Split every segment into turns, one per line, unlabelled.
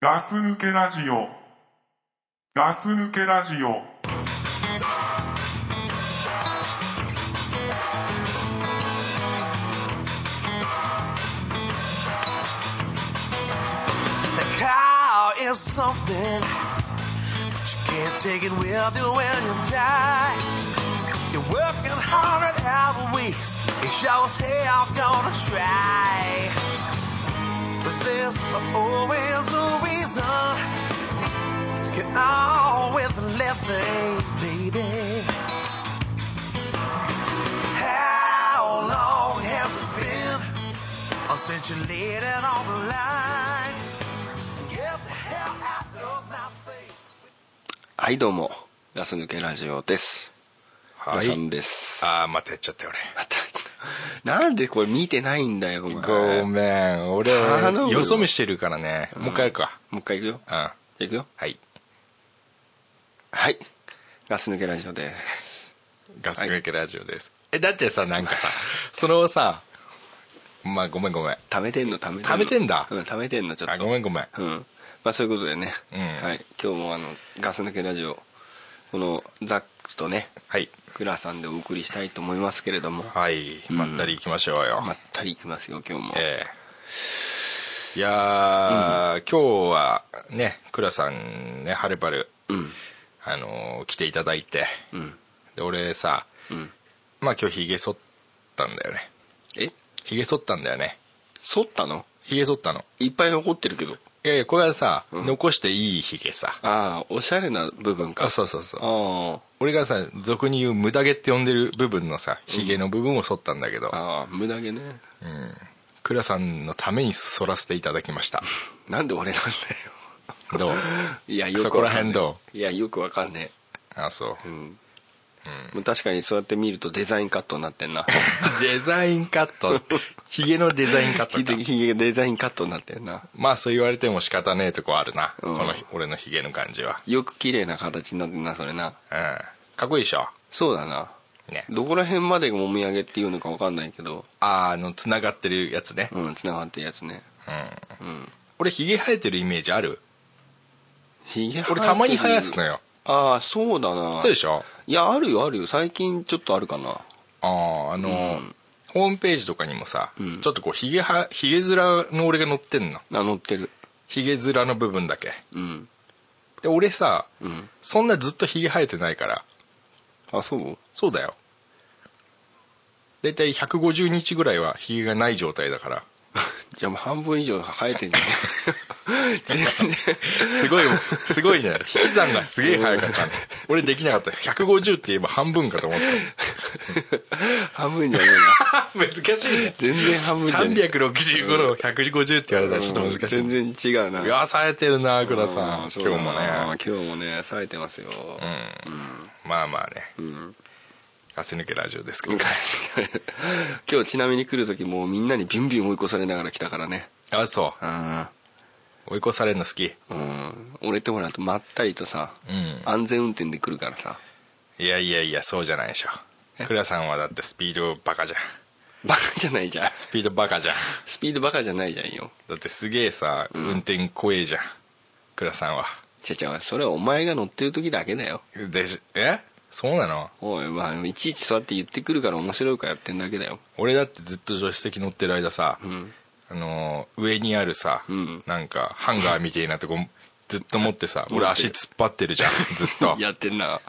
ガス抜けラジオ。ガス抜けラジオ。
The car is something that you can't take it with you when you die. You're working hard at other weeks. It shows here I'm gonna try. But there's always a reason to get on with living, baby. How long has it been since you laid it on the line? Get the hell out of my face.
はいどうもガス抜けラジオです
は
予算
い。
です
ああ、またやっちゃったよ
またなんでこれ見てないんだよお前
俺。
も
ごめん。俺
頼むよ、
よそ見してるからね。もう一回やるか。
う一回いくよ
うん。は
じゃあいくよ
い。
はいガス抜けラジオです
ガス抜けラジオです。え、だってさ、なんか さ、そのさ、まあごめんごめん。
貯めてんの貯めてんの
貯めてんだ
う貯めてんのちょっ
あ、
と
ごめんごめん。
うんまあそういうことでね、
うん
はい、今日もあのガス抜けラジオこのザックとね
はい。
クラさんでお送りしたいと思いますけれども
はい。
ん
まったり行きましょうよ。
まったりいきますよ今日も、
ええいやー、今日はね、倉さんね、はるばる、
うん
あのー来ていただいて、
うん
で俺さ、
うん
まあ今日ひげ剃ったんだよね。
え
ひげ剃ったんだよね。
剃ったの
ひげ剃ったの。
いっぱい残ってるけど
いやいや、これはさ、
うん
残していいひげさ。
ああおしゃれな部分か
あ、そうそうそう。
あ
俺がさ、俗に言う無駄毛って呼んでる部分のさ、ひげの部分を剃ったんだけど、
ああ無駄毛ね
うん。倉さんのために剃らせていただき ました。
なんで俺なんだよ
どう
いや
そこら辺ど
ういやよくわかんね
あ、そう
えう。ん、もう確かにそうやって見るとデザインカットになってん な
デザインカッ ト。ヒゲのデザインカット
ひ
か
げ。ひげデザインカットになってんな
まあそう言われても仕方ねえとこあるな。
うん
この俺のヒゲの感じは。
よく綺麗な形になってんなそれな
うん。かっこいいでしょ。
そうだな
ね。
どこら辺までもみあげっていうのかわかんないけど
あーあの、繋がってるやつね。
うんつながってるやつね
うん。
うん
俺ヒゲ生えてるイメージある
ひげ
俺たまに生やすのよ。
ああそうだな
そうでしょ
いやあるよあるよ最近ちょっとあるかな
ああ、あの、
うん
ホームページとかにもさ、
うん
ちょっとこうヒゲは、ヒゲ面の俺が乗ってんの。
あ乗ってる
ヒゲ面の部分だけ。
うん
で、俺さ、
うん
そんなずっとヒゲ生えてないから、
あそう
そうだよ。だいたい150日ぐらいはヒゲがない状態だから。
じゃあもう半分以上生えてんじゃん全然
すごい、すごいね。引き算がすげえ早かったね。俺できなかった。150って言えば半分かと思っ
半分じゃねえ
た。難しいね
な。全然半分じゃねえ
365の150って言われたらちょっと難しい。
全然違うな
うわ、冴えてるな、倉さん。
そうだ
今
な
日もね。
今日もね冴えてますよ
うん。まあまあね。
うん
ガス抜けラジオですけど。
昔 今日ちなみに来る時もうみんなにビュンビュン追い越されながら来たからね
あ、そ
あ
う。追い越されるの好き。
あうん俺ってほらまったりとさ、
うん
安全運転で来るからさ
いやいやいや、そうじゃないでしょ。倉さんはだってスピードバカじゃん。
バカじゃないじゃん
スピードバカじゃん。
スピードバカじゃないじゃんよ
だってすげえさ、運転怖えじゃん。倉さんは。
ちゃちゃそれはお前が乗ってる時だけだよ
でし、えそうなの
おいまあいちいちそうやって言ってくるから面白いからやってんだけだよ
俺だってずっと助手席乗ってる間さ、
ん
あのー上にあるさ、
うん
なんかハンガーみたいなとこずっと持ってさ
持って
俺
る
足突っ張ってるじゃんずっと
やってんな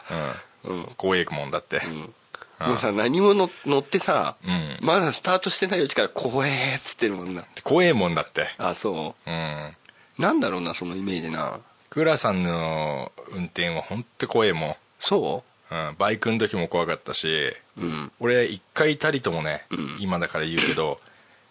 う
う
ん
ん
怖えもんだって、
うん
あ
もうさ何もの乗ってさ、
うん
まだスタートしてないうちから「怖え」っつってるもんな
怖えもんだって
あそ
うん
うなんだろうなそのイメージな
倉さんの運転は本当怖えも
そ
ん、うん、バイクの時も怖かったし
ううん
俺一回たりともね、
うん
今だから言うけど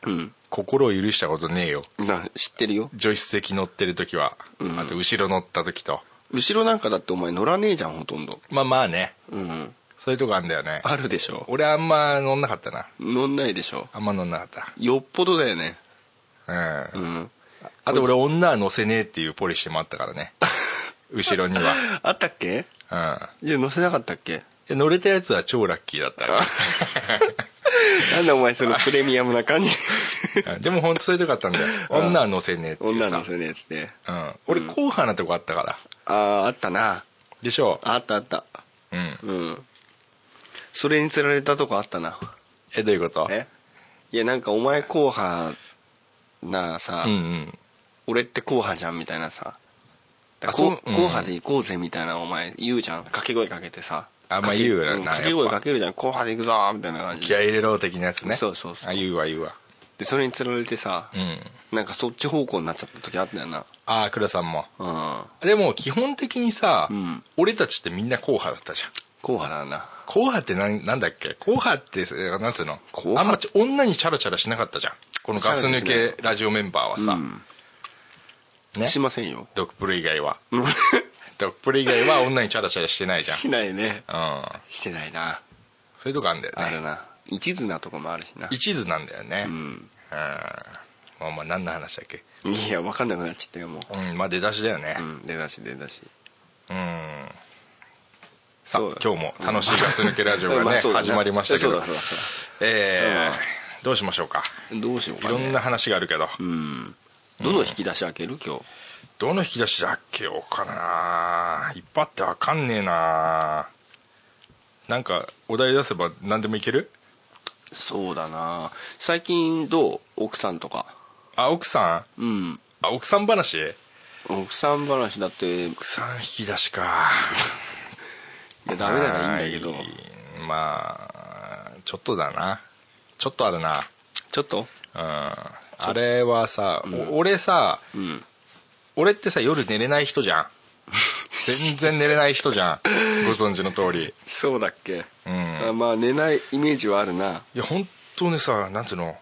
うん
心を許したことねえよ
な知ってるよ
助手席乗ってる時は、
うん
あと後ろ乗った時と
後ろなんかだってお前乗らねえじゃんほとんど
まあまあね
うん
そういうとこあんだよね
あるでしょ
俺あんま乗んなかったな
乗んないでしょ
あんま乗んなかった
よっぽどだよね
うん、
うん
あと俺女は乗せねえっていうポリシーもあったからね 後ろには
あったっけ
うん
いや乗せなかったっけ
いや乗れたやつは超ラッキーだったよ
なんだお前そのプレミアムな 感じ
でも本当それでよかったんだよ女は乗せねえっていう
女な
さ
んですよねやつね
うん、俺硬派なとこあったから
あああったな
でしょ
あったあった
う、うん、
うんそれにつられたとこあったな
えどういうこと
えいやなんかお前後派なさ、
うんうん
俺って後派じゃんみたいなさ
あ
こ
そ
う
うう
後
ん
派で行こうぜみたいなお前言うじゃん掛け声かけてさ
あまあ
かけ
言うよな
うん
やっぱ
掛け声かけるじゃん後派で行くぞーみたいな感じ
気合い
で
入れろ的なやつね
そうそうそう
あ言うわ言うわ
でそれにつられてさ、
うん
なんかそっち方向になっちゃった時あったよな
ああ倉さんも
うん
でも基本的にさ、
うん
俺たちってみんな硬派だったじゃん
後派だな
硬派ってなんなんだっけ硬派ってえーなんつうの
硬派
あんまち女にチャラチャラしなかったじゃんこのガス抜
チャラ
けラジオメンバーはさ、ね
しませんよ
ドクプル以外はドクプル以外は女にチャラチャラしてないじゃ ん
しないね
うん
してないな
そういうとこあるんだよね
あるな一途なとこもあるしな
一途なんだよね
う
うん
ん
まあまあ何の話だっけ
いや分かんなくなっちゃったよも
うんまあ出だしだよね
う、うん出だし出だし
うんさあ
そうだ
今日も楽しいガス抜け ラジオがね
あそうだ
始まりましたけ
そう
ど
だそうだそう
え
うん
ーどうしましょうか
だどうしよう
い
かね
ろんな話があるけど
うんどの引き出し開ける今日
どの引き出し開けようかないっぱいあってわかんねえななんかお題出せば何でもいける
そうだな最近どう奥さんとか
あ奥さん
うん
あ奥さん話
奥さん話だってい
奥さん引き出しか
や ダメならいいんだけど
はいまあちょっとだなちょっとあるな
ちょっと
うんあれはさ、お俺さ
うん
俺ってさ夜寝れない人 じゃん全然寝れない人じゃんご存知の通り
そうだっけ
うん
あまあ寝ないイメージはあるない
や本当ねさなんつうの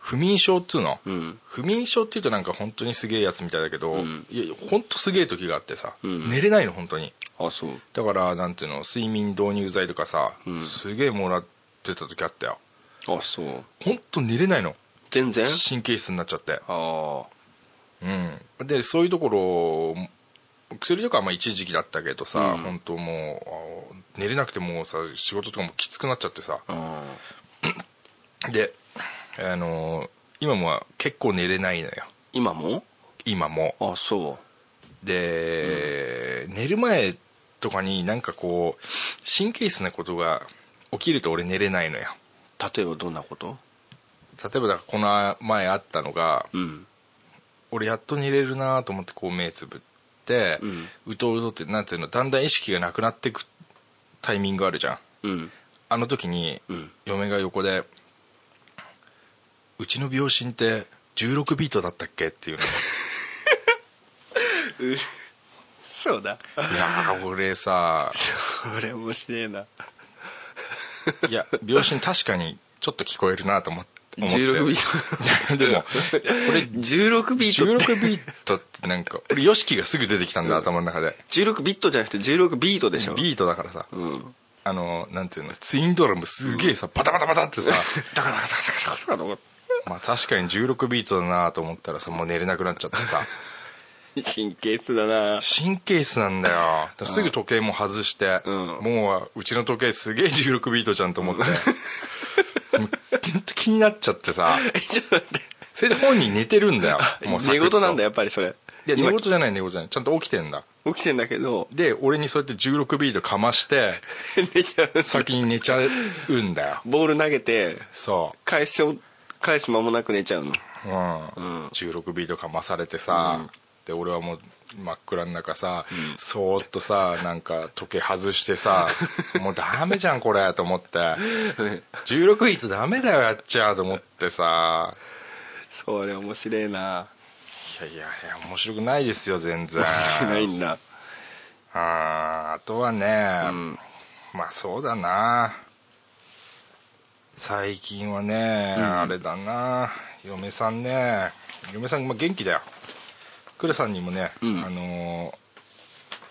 不眠症っつうの、
うん
不眠症っていうとなんか本当にすげえやつみたいだけど、
うん
いや本当すげえ時があってさ、
うん
寝れないの本当に
あそう
だからなんていうの睡眠導入剤とかさ、
うん
すげえもらってた時あったよ
あそう
本当寝れないの
全然
神経質になっちゃって
ああ
うんでそういうところ薬とかはまあ一時期だったけどさ、
うん
本当もうあ寝れなくてもうさ仕事とかもきつくなっちゃってさ
あ
であのー今も結構寝れないのよ
今も
今も
あそ
で、寝る前とかになんかこう神経質なことが起きると俺寝れないのよ
う例えばどんなこと
例えばだからこの前あったのが
うん
俺やっと寝れるなと思ってこう目つぶって、
う
うんとうとってなんていうのだんだん意識がなくなってくタイミングあるじゃん
うん
あの時に
うん
嫁が横で「うちの秒針って16ビートだったっけ?」 っていうのを
そうだ
いやー俺さ
それ面白いない
や秒針確かにちょっと聞こえるなと思って思って
16ビート
でもこれ
16ビートって
16ビートってなんか俺 YOSHIKI がすぐ出てきたんだ頭の中で
16ビットじゃなくて16ビートでしょ
ビートだからさ
うん
あのなんていうのツインドラムすげえさバタバタバタって さ
だからだからだからだから
まあ確かに16ビートだなと思ったらさもう寝れなくなっちゃってさ
神経質だな
神経質なんだよだからすぐ時計も外して、
うん
もううちの時計すげえ16ビートじゃんと思って本当気になっちゃってさ
ちょっと待って
それで本人寝てる んだよもうサク
寝
ッと
言なんだやっぱりそれ
いや寝
今
言じゃない寝言じゃないちゃんと起きてんだ
起きてんだけど
で俺にそうやって16ビートか まして
寝ちゃう
先に寝ちゃうんだよ
ボール投げて
そ
返しを返す間もなく寝ちゃうの
う、うん
うん
16ビートかまされてさ、
うん
で俺はもう真っ暗の中さ、そーっとさなんか時計外して さもうダメじゃんこれと思って16ビートダメだよやっちゃうと思ってさ
それ面白いない
やいやいや面白くないですよ全然
ないんだ
あーあとはね、
ん
まあそうだな最近はね、
ん
あれだな嫁さんね嫁さん、まあ、元気だよクレさんにもね、
うん
あのー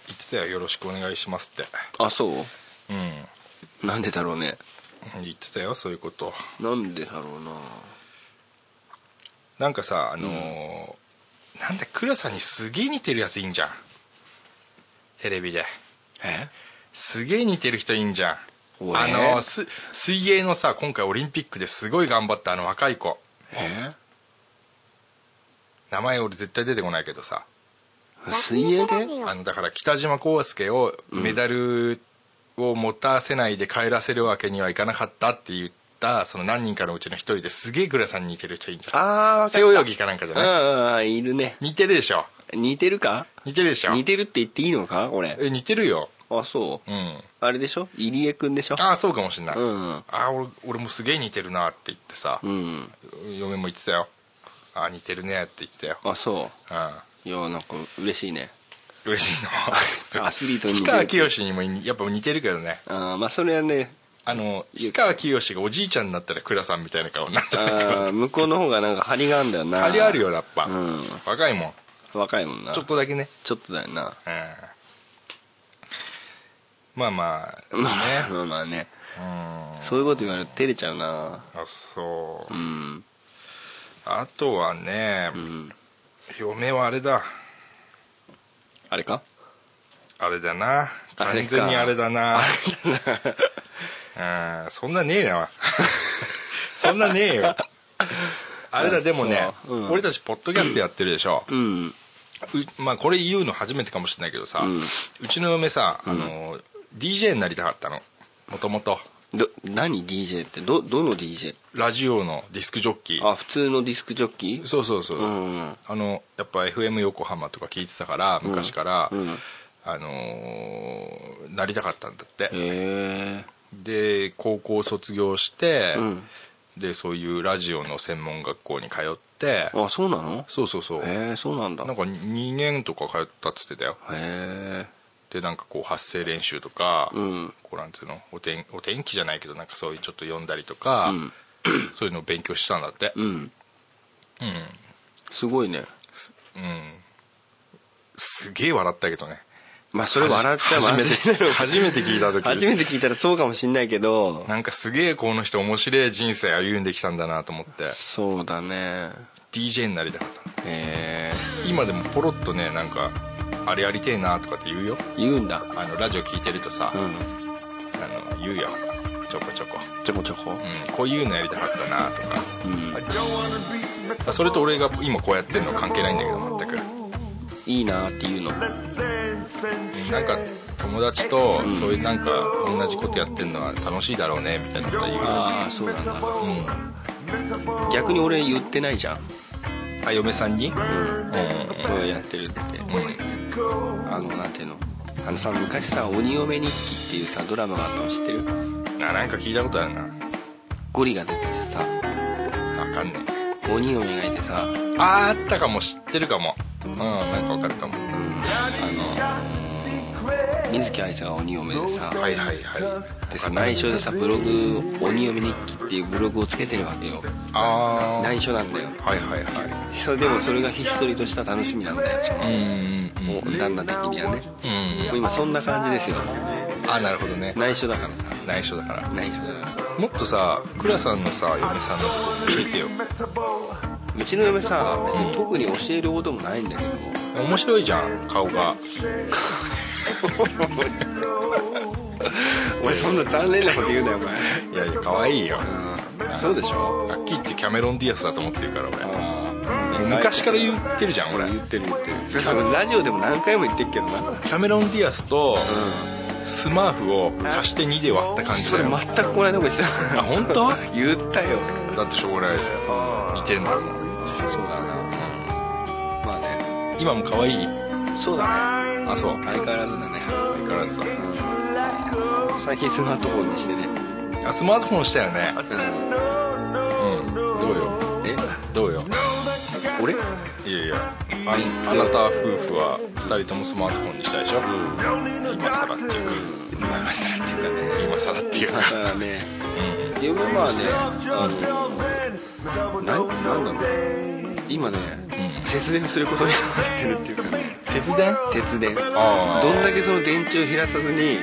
言ってたよよろしくお願いしますって
あそう
うん
なんでだろうね
言ってたよそういうこと
なんでだろうな
なんかさあのーなんだクレさんにすげえ似てるやついいんじゃんテレビで
え
すげえ似てる人いいんじゃん
おえ
あのす水泳のさ今回オリンピックですごい頑張ったあの若い子
え
名前俺絶対出てこないけどさ
水泳で
あのだから北島康介をメダルを持たせないで帰らせるわけにはいかなかったって言ったその何人かのうちの一人ですげえグラさんに似てる人いいんじゃん
ああ
背泳ぎかなんかじゃない
ああいるね
似てるでしょ
似てるか
似てるでしょ
似てるって言っていいのか俺
え似てるよ
あそう
うん
あれでしょ入江くんでしょ
ああそうかもしんない、
うん
ああ俺俺もすげえ似てるなって言ってさ、
うん
嫁も言ってたよああ似てるねって言ってたよ
あそ
うん
ういやなんか嬉しいね
嬉しい の
アスリートに似
氷
てる
川きよしにもやっぱ似てるけどね
ああまあそれはね
あの氷川きよしがおじいちゃんになったら倉さんみたいな 顔になっちゃう
あー向こうの方がなんか張りがあるんだよな
張りあるよやっぱ、
うん
若いもん
若いもんな
ちょっとだけね
ちょっとだよな
うんまあまあいいね
まあまあね
うんあ
そういうこと言われると照れちゃうな
そう
うん
あとはね、
うん
嫁はあれだ
あれか
あれだな
あれ
完
か
全にあれだなうんそんなねえな そんなねえよあれ
あ
だでもね、
そううん
俺たちポッドキャストやってるでしょ、
うん
うまあ、これ言うの初めてかもしれないけどさ、
う
うんちの嫁さ、あの DJ になりたかったのもともと
ど何 DJ ってどどの DJ?
ラジオのディスクジョッキー
あ普通のディスクジョッキー
そうそうそう、
うん
あのやっぱ FM 横浜とか聞いてたから昔から、
うん
あのーなりたかったんだって、
へえ
で高校卒業して、
うん
でそういうラジオの専門学校に通って
あそうなの
そうそうそう、
へえそうなんだ
なんか2年とか通ったっつってたよ
へえ
でなんかこう発声練習とか、
うん
こうなんつうのお天お天気じゃないけどなんかそういうちょっと読んだりとか、
ん
そういうのを勉強したんだって
うん
うん、うん
すごいね
すげえ笑ったけどね
まあそれ笑っちゃう
初め
忘れない
て
のか
初めて聞いた時
初めて聞いたらそうかもしんないけど
なんかすげえこの人面白い人生歩んできたんだなと思って
そうだね
DJ になりたかったの
へえ
今でもポロッとねなんかあれやりてえなとかって言うよ
言うんだ
あのラジオ聞いてるとさ、
うん
あの言うよちょこちょこ、
ちょこちょこ
うん、こういうのやりたかったなとか
うん
それと俺が今こうやってるのは関係ないんだけど全く
いいなっていうの
なんか友達とそういうなんか同じことやってるのは楽しいだろうねみたいなことは言うよ
ああそうなんだ
うん
逆に俺言ってないじゃん
あ嫁さんにうん
うん
うん
これやってるって
うん
あのなんていうのあのさ昔さ「鬼嫁日記」っていうさドラマがあったの知ってる
あなんか聞いたことあるな
ゴリが出ててさ
わかんね
鬼嫁がいてさ
えあーあったかも知ってるかもうんなんかわかるかも
うんあの水木愛さんが鬼嫁でさ
はいはいはい
でさ内緒でさブログ「鬼嫁日記」っていうブログをつけてるわけよ
ああ
内緒なんだよ
はいはいは
それでもそれがひっそりとした楽しみなんだよちょっ
いうんうんうん
と旦那的にはね
うん
今そんな感じですよ
あなるほどね
内緒だからさ
内緒だから
内緒だから
もっとさ倉さんのさ嫁さんのこと聞いてよ
うちの嫁さ別に特に教えることもないんだけど
面白いじゃん顔が
俺そんな残念なこと言うなよお前
いやいや可愛いよ
うんそうでしょ
ラッキーってキャメロン・ディアスだと思ってるから
あ
俺昔から言ってるじゃん俺
言ってる言ってるそれラジオでも何回も言ってるけどな
キャメロン・ディアスとスマーフを足して2で割った感じ
そ
だ
れ
よ
全くこないとこ言って
あ
た
本当？
言ったよ
だってしょうがないじゃん似てんだもん
そうだなまあね
今も可愛い
そうだね
あそう
相変わらずだね
相変わらずだ
最近スマートフォンにしてね
あスマートフォンしたよね
うん
うんどうよ
え
どうよ
俺
いやいやあんあなた夫婦は2人ともスマートフォンにしたでしょ、今更っていうか
今更っていうかね
今更っていうか
だ からね嫁はねあのなんなんだろう今ね節電することになってるっていうかね
節電
節電どん
ああ
だけその電池を減らさずに
う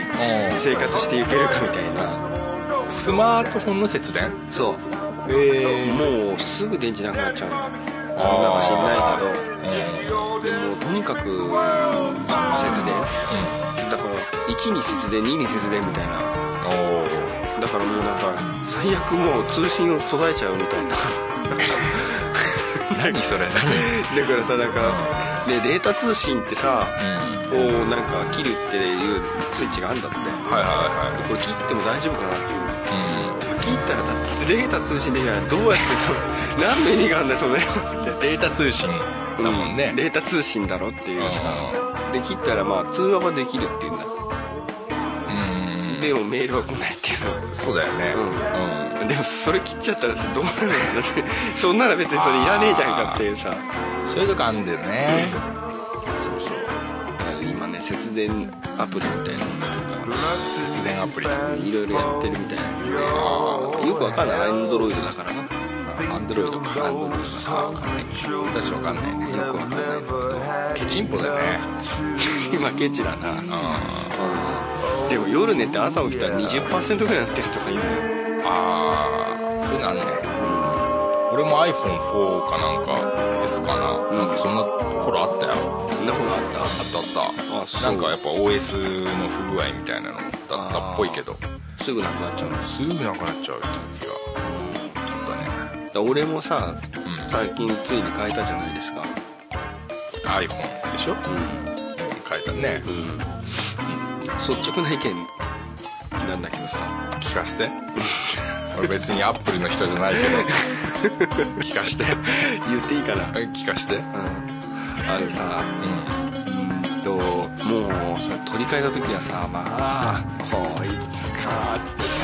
生活していけるかみたいなん
スマートフォンの節電
そう
え
もうすぐ電池なくなっちゃうの
あー
なんだか知ん
えうん
ないけどでもとにかく節電だから1に節電2に節電みたいな
おー
だからもうなんか最悪もう通信を途絶えちゃうみた いな
何それ
だからさなんか、ね、データ通信ってさ、
何うん
をなんか切るっていうスイッチがあるんだって
はいは
これ切っても大丈夫かなっていう
いはい
切ったらだってデータ通信できないどうやってその 何の意味があるんだよそれ
うんデータ通信だもんね
データ通信だろっていうさ
う
で切ったらまあ通話はできるっていうんだ
うん
でもメールは来ないっていう
そうだよね
うんでもそれ切っちゃったらさどうなるのかなって そんなら別にそれいらねえじゃんかっていうさ
うんそういうとこあんだよね
そうそうだから今ね節電アプリみたいなのがなんか
節電アプリあ
いろいろやってるみたいなんで
あ
よくわかんないアンドロイドだからな
アンドロイドか
アンドロイドだから
あ分かんない私分かんないね
よくわかんないんだ
ケチンポだよね
けど今ケチだな
うんあ
でも夜寝て朝起きたら20%ぐらいになってるとか言うのよ
あそういうのあんね俺も iPhone4 かなんか S かななんかそんな頃あったよ
そんなことあった
あったあ
あ
った
そう
なんかやっぱ OS の不具合みたいなのだったっぽいけど
すぐなくなっちゃうのだか
すぐなくなっちゃう時があったね
ら俺もさ
ん
最近ついに変えたじゃないですか
iPhone でしょ
う
変えたね
ん、うん、率直な意見なんだけどさ
聞かせて俺別にアップルの人じゃないけど 聞かして
言っていいか な
聞かして
うんあのさ
うん
うんともうそれ取り替えた時はさまあこいつかっつってさ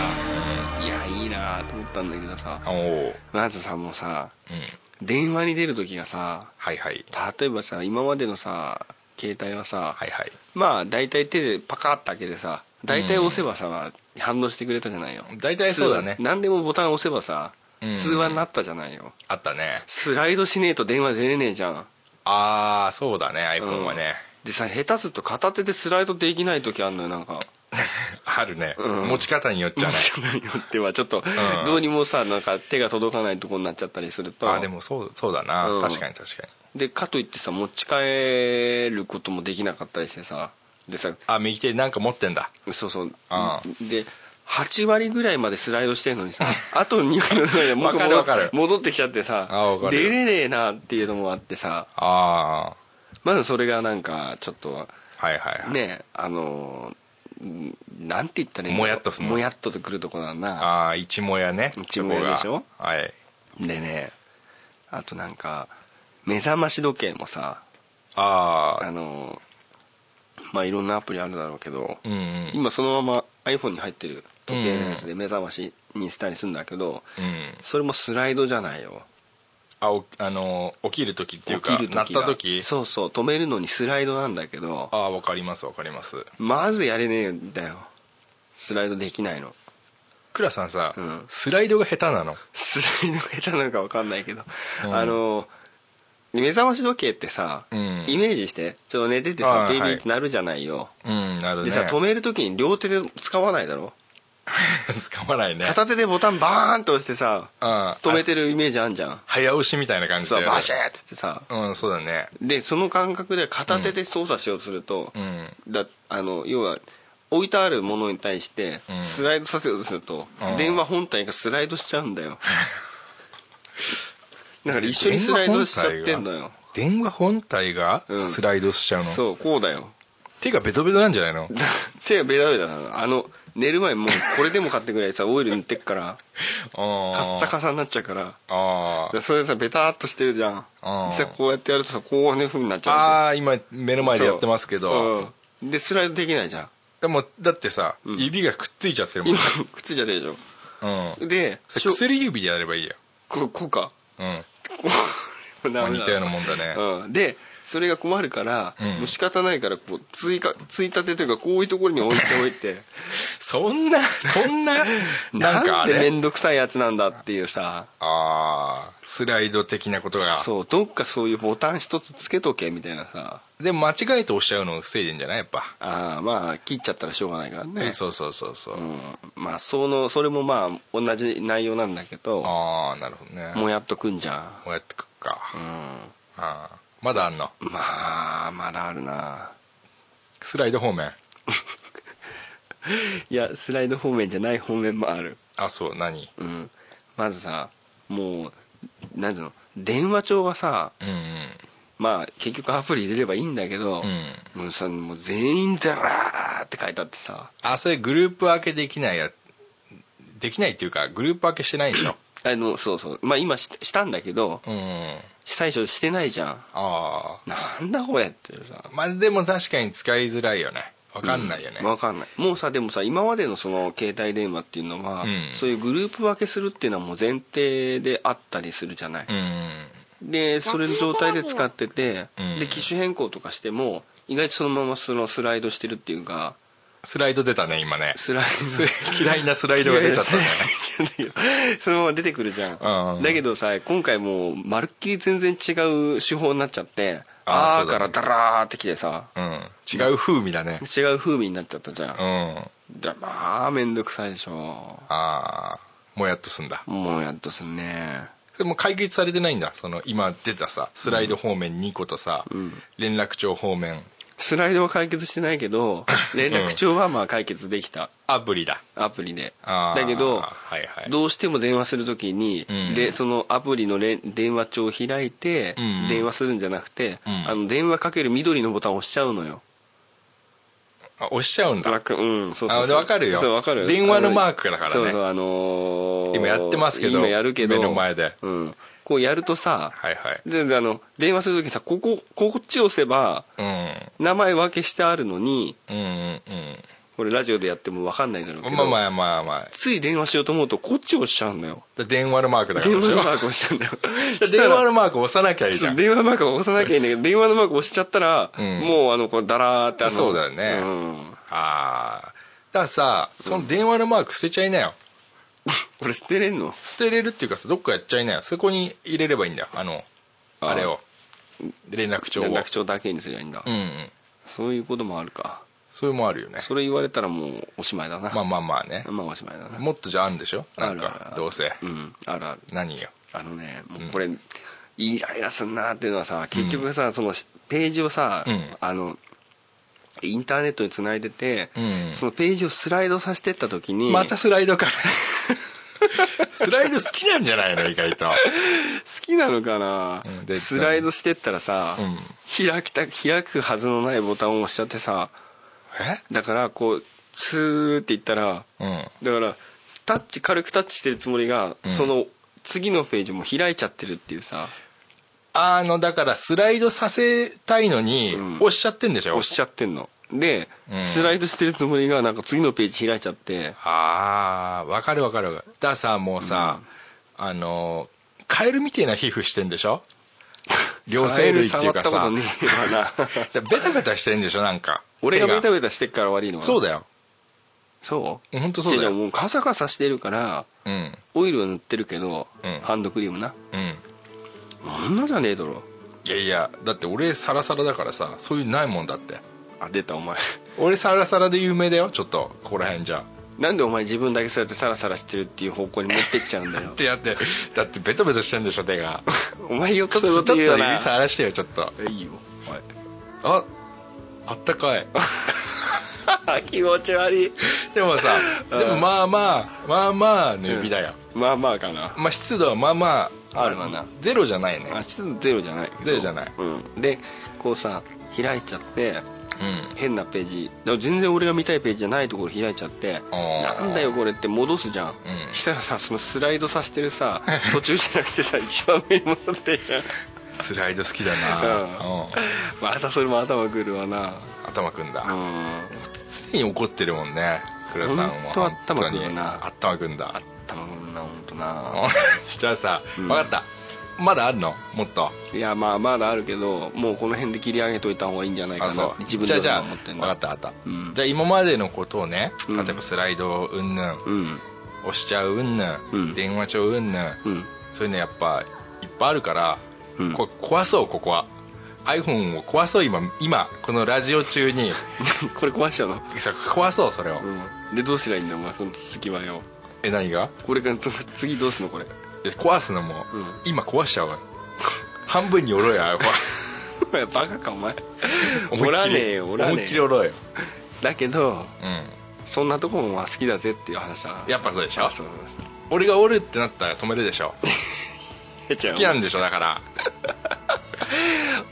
いやいいなと思ったんだけどさ
おお
まずさもうさ
うん
電話に出る時がさ
はいはい
例えばさ今までのさ携帯はさ、
はいはい
まあ大体手でパカッと開けてさ大体押せばさ、反応してくれたじゃないよ
大体そうだね
通話何でもボタン押せばさ、
うん
通話になったじゃないよ
あったね
スライドしねえと電話出れねえじゃん
ああそうだね iPhone はね、
でさ下手すると片手でスライドできない時あんのよなんか
あるね、
うん
持ち方によっちゃね
によってはちょっと、
ん
どうにもさなんか手が届かないとこになっちゃったりすると
あーでもそうそうだな、
うん
確かに確かに
でかといってさ持ち帰ることもできなかったりしてさでさ
あ右手になんか持ってんだ
そうそう
あ
で8割ぐらいまでスライドしてんのに さあと2割ぐらいで元
わかるわかる
戻ってきちゃってさ
あわかる
出れねえなっていうのもあってさ
ああ
まずそれがなんかちょっと
はいはいはい、
ねあのうんなんて言ったらいいの
もやっとすんの
もやっとくるとこだな
ああ一もやね
一もや
そこが
でしょ
はい
でねあとなんか目覚まし時計もさ
あ
あ
あ
のまあいろんなアプリあるだろうけど、
うんうん
今そのまま iPhone に入ってる時計のやつで目覚ましにしたりするんだけど、
うん
それもスライドじゃないよ
あおあの起きる時っていう
起
か
きる時
鳴
が
った時
そうそう止めるのにスライドなんだけど
ああわかりますわかります
まずやれねえんだよスライドできないの
倉さんさ、
うん
スライドが下手なの
スライドが下手なのか分かんないけど、
うん
あの目覚まし時計ってさ、
うん
イメージしてちょっと寝てて
あ
さ
ー
ビリ
はい
ってなるじゃないよ、
うんなる
で
ね
さ 止める時に両手で使わないだろ
掴まないね
片手でボタンバーンと押してさ
うん
止めてるイメージあんじゃん
早押しみたいな感じ
そ
で
うバシャーっつってさ
うんそうだね
でその感覚で片手で操作しようとすると、
うん
だあの要は置いてあるものに対して
うん
スライドさせようとすると、
うん
電話本体がスライドしちゃうんだ よだから一緒にスライドしちゃってんのよ
電話本体が
うん
スライドしちゃうの、
そうこうだよ
手がベトベトなんじゃないの
だ手がベタベタなのあの寝る前もうこれでも買ってくらいさオイル塗ってっから
あ
カッサカサになっちゃうから
あー
でそれさベターっとしてるじゃん
うん
さこうやってやるとさこういう風になっちゃうじゃん
あー今目の前でやってますけど、
そううんでスライドできないじゃん
でもだってさ、
うん
指がくっついちゃってるもん
今、くっついちゃってるでし
う
ょ
ん、
で
それ
しょ
薬指でやればいいや
ここうか
うん
こう
ま
ダ
あ
メだ
似たようなもんだね、
うん、でそれが困るから、
うん
もう仕方ないからこう追加追立てというかこういうところに置いておいて
そん な そんな なんか
な
あ
んで
れ
面倒くさいやつなんだっていうさ
あースライド的なことが
そうどっかそういうボタン一つつけとけみたいなさ
でも間違えて押しちゃうのを防いでんじゃないやっぱ、
ああまあ切っちゃったらしょうがないからね
そうそうそうそう、
うん、まあそのそれもまあ同じ内容なんだけど
ああなるほどね
もやっとくんじゃん
もうやってくっ
う
か、
ん
ああまだあんの
まあまだあるな
スライド方面
いやスライド方面じゃない方面もある
あそう何
うんまずさもう何ていうの電話帳がさ
うんうん
まあ結局アプリ入れればいいんだけど、
うん
もうさもう全員だらーって書いてあってさ
あそれグループ分けできないやできないっていうかグループ分けしてないでしょ
あのそうそうまあ今ししたんだけど
うんうん
最初してないじゃん
あ
なんだこれってさ
あまあでも確かに使いづらいよね分かんないよね、
分かんないもうさでもさ今までのその携帯電話っていうのは、
うん
そういうグループ分けするっていうのはもう前提であったりするじゃない、
うん
でそれの状態で使ってて、
うん
で機種変更とかしても意外とそのままそのスライドしてるっていうか
スライド出たね今ね
スライ
す 嫌いなスライドが出ちゃった ね
ドそのまま出てくるじゃん、
うん
だけどさ今回もうまるっきり全然違う手法になっちゃって「
あー
あー」からダラーってきてさ
うん違う風味だね
違う風味になっちゃったじゃ、
うんん
だまあ面倒くさいでしょ
ああもやっとすんだ
もうやっとすんね
でも解決されてないんだその今出たさスライド方面2個とさ、連絡帳方面
スライドは解決してないけ ど連絡帳はまあ解決できた
アプリだ
アプリで
あー
だけど、
はいはい
どうしても電話するときに、
うん
れそのアプリのれん電話帳を開いて、
うん
電話するんじゃなくて、
うん
あの電話かける緑のボタンを押しちゃうのよ
あ押しちゃうんだ
わかうんそうそう
あ
そ
で
う
わかるよ
そうわかる
電話のマークだからね
そうそうあのー
今やってますけど
今やるけど
目の前で
うん、こうやるとさ、
はいはい
でであの電話するときにさこここっち押せば
うん
名前分けしてあるのに
うん
これラジオでやっても分かんないだろう
う
け
ん
ど、
まあまあまあまあ
つい電話しようと思うとこっち押しちゃうんだよ
で電話のマークだから
電
で
話
し
の
ょ
マーク押しちゃ うんだよ
電話のマーク押さなきゃいいじ
そ
ゃ
うん電話のマークを押さなきゃいいんだけど電話のマーク押しちゃったら、
うん
もうあのこうダラーってあの
そうだよね
うん
ああだからさその電話のマーク捨てちゃいなよ
これ捨てれんの
捨てれるっていうかさどっかやっちゃいなよそこに入れればいいんだよあの
あー
あれを連絡帳を
連絡帳だけにすりゃいいんだ、
うんうん
そういうこともあるか
それもあるよね
それ言われたらもうおしまいだな
まあまあまあね
まあおしまいだな
もっとじゃああるんでしょなん
あるあるあ
か
る
どうせ
うんあるある
何よ
あのねもうこれ、イライラすんなっていうのはさ結局さ、そのページをさ、
うん
あのインターネットにつないでて、
うん
そのページをスライドさせてった時に
また
好
スライ ドかスライド好きなんじゃないの意 外と
きなのかな、
うんで
スライドしてったらさ、
うん
開きた開くはずのないボタンを押しちゃってさ
え
だからこうスーっていったら
うん
だからタッチ軽くタッチしてるつもりが、
うん
その次のページも開いちゃってるっていうさ
あのだからスライドさせたいのに
うん
押しちゃってんでしょ、
押しちゃってんので、
うん
スライドしてるつもりがなんか次のページ開いちゃって
ああわかるわかるわかるだからさもうさ、あのカエルみてえな皮膚してんでし ょ両生類っていうか
カエ
さ
ル触ったことねえわな
だベタベタしてんでしょなんか
俺がベタ
ベ
ベタしてっから悪いの
タそう
だ
だよ
そう
うんほんとそうだよ
違もうカサカサしてるから
うん
オイルを塗ってるけど、
うん
ハンドクリームな
うん
あんなじゃねえだろ
いやいやだって俺サラサラだからさそういうないもんだって
あ出たお前
俺サラサラで有名だよちょっとここら辺じゃ
なんでお前自分だけそうやってサラサラしてるっていう方向に持ってっちゃうんだよ
ってやってだってベタベタしてんでしょ 手が
お前よ
ちょ
く
っ
そう
と
いう
ちょ
こ
っと
と言うよない
指さらしてよちょっと
いよ
ああったかい
はい 気持ち悪い
でもさでもまあまあまあまあの指だよ、
まあまあかな
まあ湿度はまあまあ
あるわな
ゼロじゃないね
あちょっとゼロじゃない
ゼロじゃない
うん、でこうさ開いちゃって
うん
変なページだから全然俺が見たいページじゃないところ開いちゃって
あー
なんだよこれって戻すじゃん、
うん
したらさそのスライドさせてるさ途中じゃなくてさ一番上に戻ってんじゃん
スライド好きだな、
うん
うん
またそれも頭くるわな
頭くんだ、
うん
常に怒ってるもんね倉さんは
ほんと頭くんな
本当に頭くんだ
頭くるな本当な
うんじ ゃあさ、分かったまだあるのもっと
いやまあまだあるけどもうこの辺で切り上げといた方がいいんじゃないか
あ
な
そ
って
う
自分
じ
で
ゃあじゃあ
思ってん
分
だ
かった分かった、
うん
じゃあ今までのことをね
うん
例えばスライドうんぬん
うん
押しちゃううんぬ
うん
ん電話帳うんぬん
うん
そういうのやっぱいっぱいあるから、
うん
こ壊そうここは iPhone を壊そう今今このラジオ中に
これ壊しちゃうの、
そう壊そうそれを、
うん、でどうすりゃいいんだお前この次はよ
え何が
これからと次どうすんのこれ
え壊すのも、
うん
今壊しちゃおうよ半分に折ろう よ iPhone
お前バカかお前
思いっきり
おらねえよおらねえよ
思いっきり折ろうよ
だけど
うん
そんなとこもまあ好きだぜっていう話だな
やっぱそうでしょ
あそうそうそう
俺がおるってなったら止めるでしょ
好
好きなんでしょだから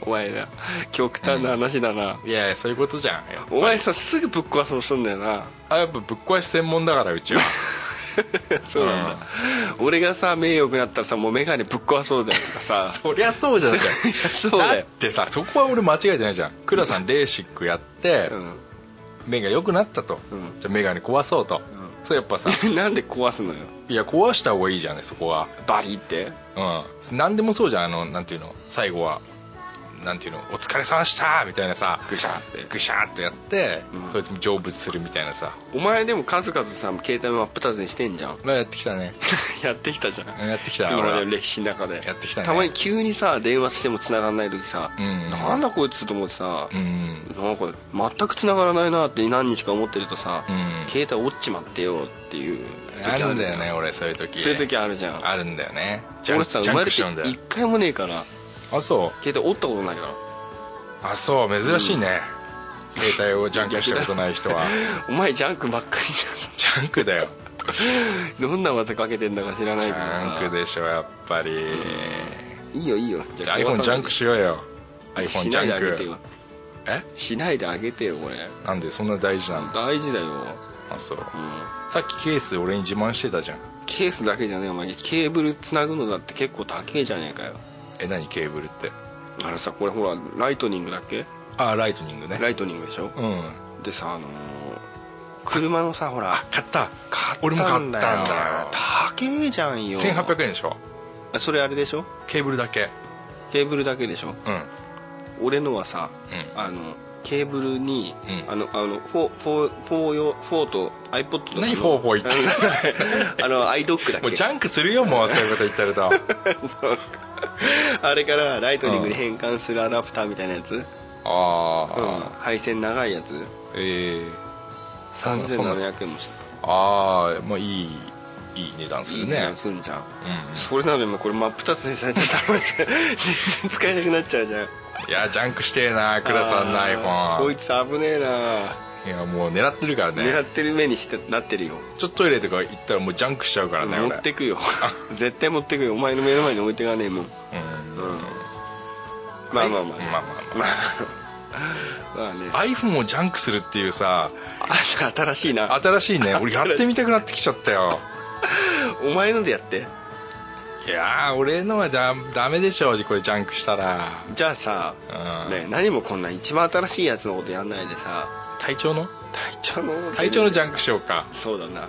お前な極端な話だな、
いやいやそういうことじゃんやっぱ
お前さすぐぶっ壊そうとすんだよな
あやっぱぶっ壊し専門だからうちは
そうなんだ、俺がさ目良くなったらさもう眼鏡ぶっ壊 そうだよとかさ
そりゃそうじゃん
そうだよ
ってさそこは俺間違えてないじゃん倉さんレーシックやって
う
目が良くなったと、
うん
じゃあ眼鏡壊そうと、
ん
そうやっ ぱさ
んなんで壊すのよ
いや壊した方がいいじゃんねそこは
バリって
うん何でもそうじゃんあのなんていうの最後はなんていうのお疲れさんしたみたいなさ
ぐしゃって
ぐしゃーっとやって、
うん
そいつも成仏するみたいなさ
お前でも数々さ携帯真っ二つにしてんじゃん
まあやってきたね
やってきたじゃん
やってきた
今
俺
ま
は
での歴史の中で
やってきたね
まに急にさ電話しても繋がんない時さ、
うん
なんだこいつと思ってさ、
うん
なんか全く繋がらないなって何日か思ってるとさ、
うん
携帯折っちまってよっていう時
あるん
じ
だ
ゃ
よね俺そういう時
そういう時あるじゃん
あるんだよね
俺さ
ジ
生
ャン
ま
ク
れ
しちゃうんだ
て
よ
一回もねえから
あそ
携帯折ったことないから
うあそう珍しいね、携帯をジャンクしたことない人は
お前ジャンクばっかりじ
ジャンクだよ
ゃんどんな技かけてんだか知らないけ
ジ
どさ
ャンクでしょやっぱり、
いいよいいよ
じゃあ iPhone ジャンクしようよ
し
iPhone ジ
ないで
ャ
あ
ン
げて
ク
よ
え
しないであげてよこれ
なんでそんな大事なんだ
大事だよ、
あそう
うん
さっきケース俺に自慢してたじゃん
ケースだけじゃねえお前ケーブルつなぐのだって結構高えじゃねえかよ
え何ケーブルって
あれさこれほらライトニングだっけ
あライトニングね
ライトニングでしょ
うん
でさあのー車のさほら
買った
買ったんだよ
俺も買ったんだよ
高えじゃんよ
1800円でしょ
円それあれでしょ
ケーブルだけ
ケーブルだけでしょ
うん
俺のはさ、
うん
あのケーブルに、
うん
あのあのフォーフォーフォー用フォーと iPod とかの
何フォーフォー言って ん
あの iDock だっけ
もうジャンクするよもうそういうこと言って ると
あれからライトニングに変換するアダプターみたいなやつ、うん
ああ
配線長いやつ
ええそんなそんな
3700円もし
ああまあいいいい値段す
い
る
い
ね
ねすんじゃん、
うん
それなのにもうこれ真っ二つにされちゃったら全然使えなくなっちゃうじゃん
いやジャンクしてえな倉さんの
あーこい
iPhone
つ危ねえない
やもう狙ってるから
狙っ
ね
てる目にしてなってるよ
ちょっとトイレとか行ったらもうジャンクしちゃうからね
持
俺
ってくよ 絶対持ってくよお前の目の前に置いてかねえもん、うん、
うん
まあまあまあ、
まあまあま
まあ ね
あ iPhone をジャンクするっていうさ
あ新しいな
新しいね俺やってみたくなってきちゃったよ
お前のでやって
いやー俺のはダダメでしょこれジャンクしたら
じゃあさ、
うん
ね、何もこんな一番新しいやつのことやんないでさ
体調の
体調の
体調のジャンクしようか
そうだな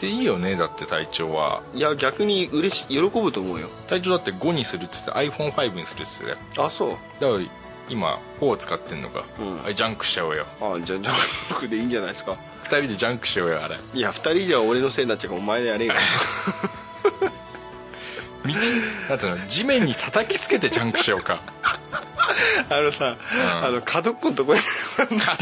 でいいよねだって体調はい
や逆に嬉し喜ぶと思うよ
体調だって5にするっつって iPhone5 にするっつってたよ
あそう
だから今4使ってんのか、
うん
あれジャンクしちゃおうよ
あじゃあジャンクでいいんじゃないですか
2人でジャンクしようよあれ
いや2人じゃ俺のせいになっちゃうからお前でやれよ
道なんていうの地面に叩きつけてジャンクしようか
あのさ、
ん
あの角っこのとこにマ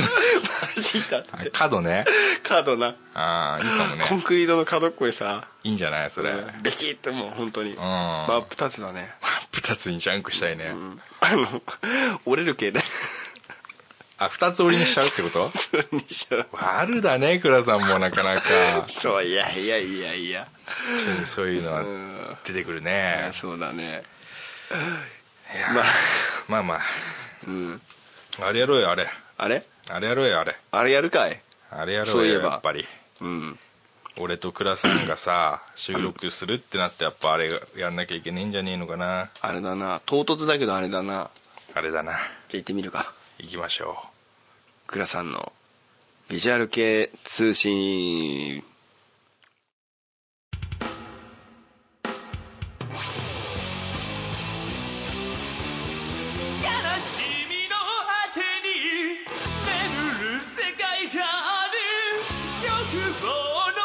ジだ
あ角ね
角な、
ああいいかも
コ
ね
ンクリートの角っこにさ
いいんじゃないそれうん
ベキッてもう本当に真
真
っ二つだね、
2つにジャンクしたいね、
うんあの折れる系だ
あ2つ折りにしちゃうってこと
それにしちゃう
悪だね倉さんもなかなか
そういやいやいやいや
そういうそういうの
う
は
ん
出てくるね
そうだね
や
まあ
まあま
うん
ああれやろうよあれ
あれ
あれやろうよあれ
あれやるかい
あれやろ
そう
う
いえ
よ
ば
やっぱり
うん
俺と倉さんがさ収録するってなってやっぱあれやんなきゃいけねえんじゃねえのかな
あれだな唐突だけどあれだな
あれだな
じゃあ行ってみるか
行きましょ
倉さんのビジュアル系通信
悲しみの果てに巡る世界がある欲望の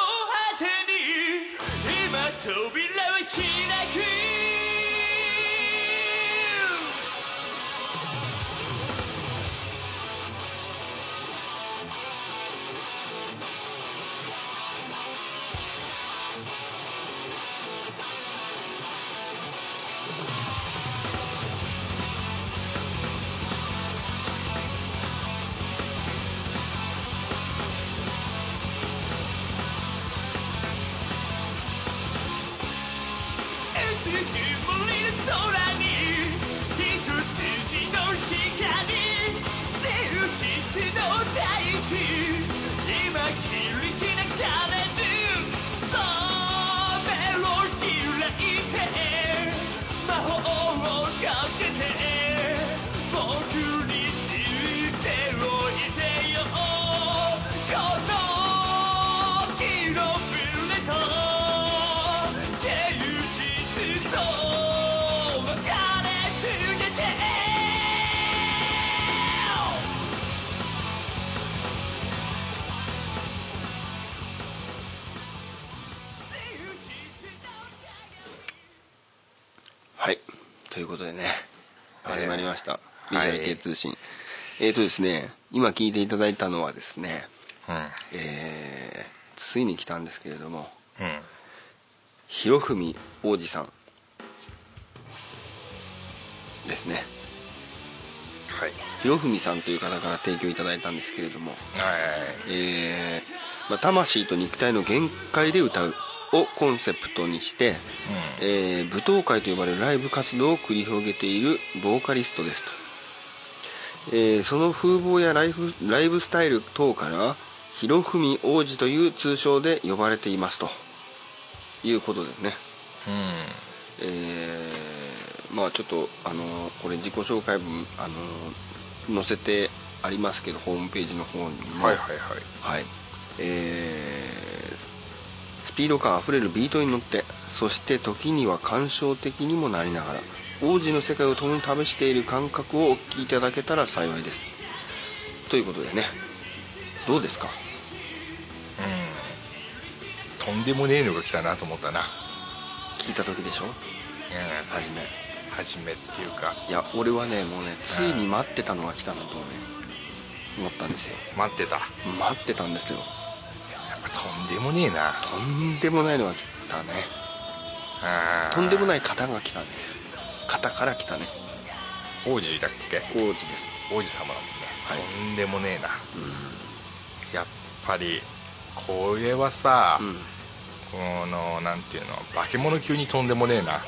果てに今扉は開く
う
ということでね
はい
始まりました「ビジ
はい
ュアル系通信」えっ、ー、とですね今聞いていただいたのはですね
うん
えーついに来たんですけれども
うん
ひろふみ王子さんですね
はい
ひろふみさんという方から提供いただいたんですけれども
はい
えーまあ、魂と肉体の限界で歌うをコンセプトにして、えー舞踏会と呼ばれるライブ活動を繰り広げているボーカリストですと、えーその風貌やライフライブスタイル等からひろふみ王子という通称で呼ばれていますということですね
うん
えーまあちょっとあのこれ自己紹介文あの載せてありますけどホームページの方にも
はいはいはい
はいえースピード感あふれるビートに乗ってそして時には感傷的にもなりながら王子の世界を共に旅している感覚をお聞きいただけたら幸いですということでねどうですか
とんでもねえのが来たなと思ったな
聞いた時でしょ
うん
初め
初めっていうか
いや俺はねもうねついに待ってたのが来たなとね思ったんですよ
待ってたや
待ってたんですよ
っぱとんでもねえな
とんでもないのが来たね
あー
とんでもない方が来たね方から来たね
王子だっけ
王子です
王子様だもんね、
はい
とんでもねえな、やっぱりこれはさ、
うん
このなんていうの化け物級にとんでもねえな
やっ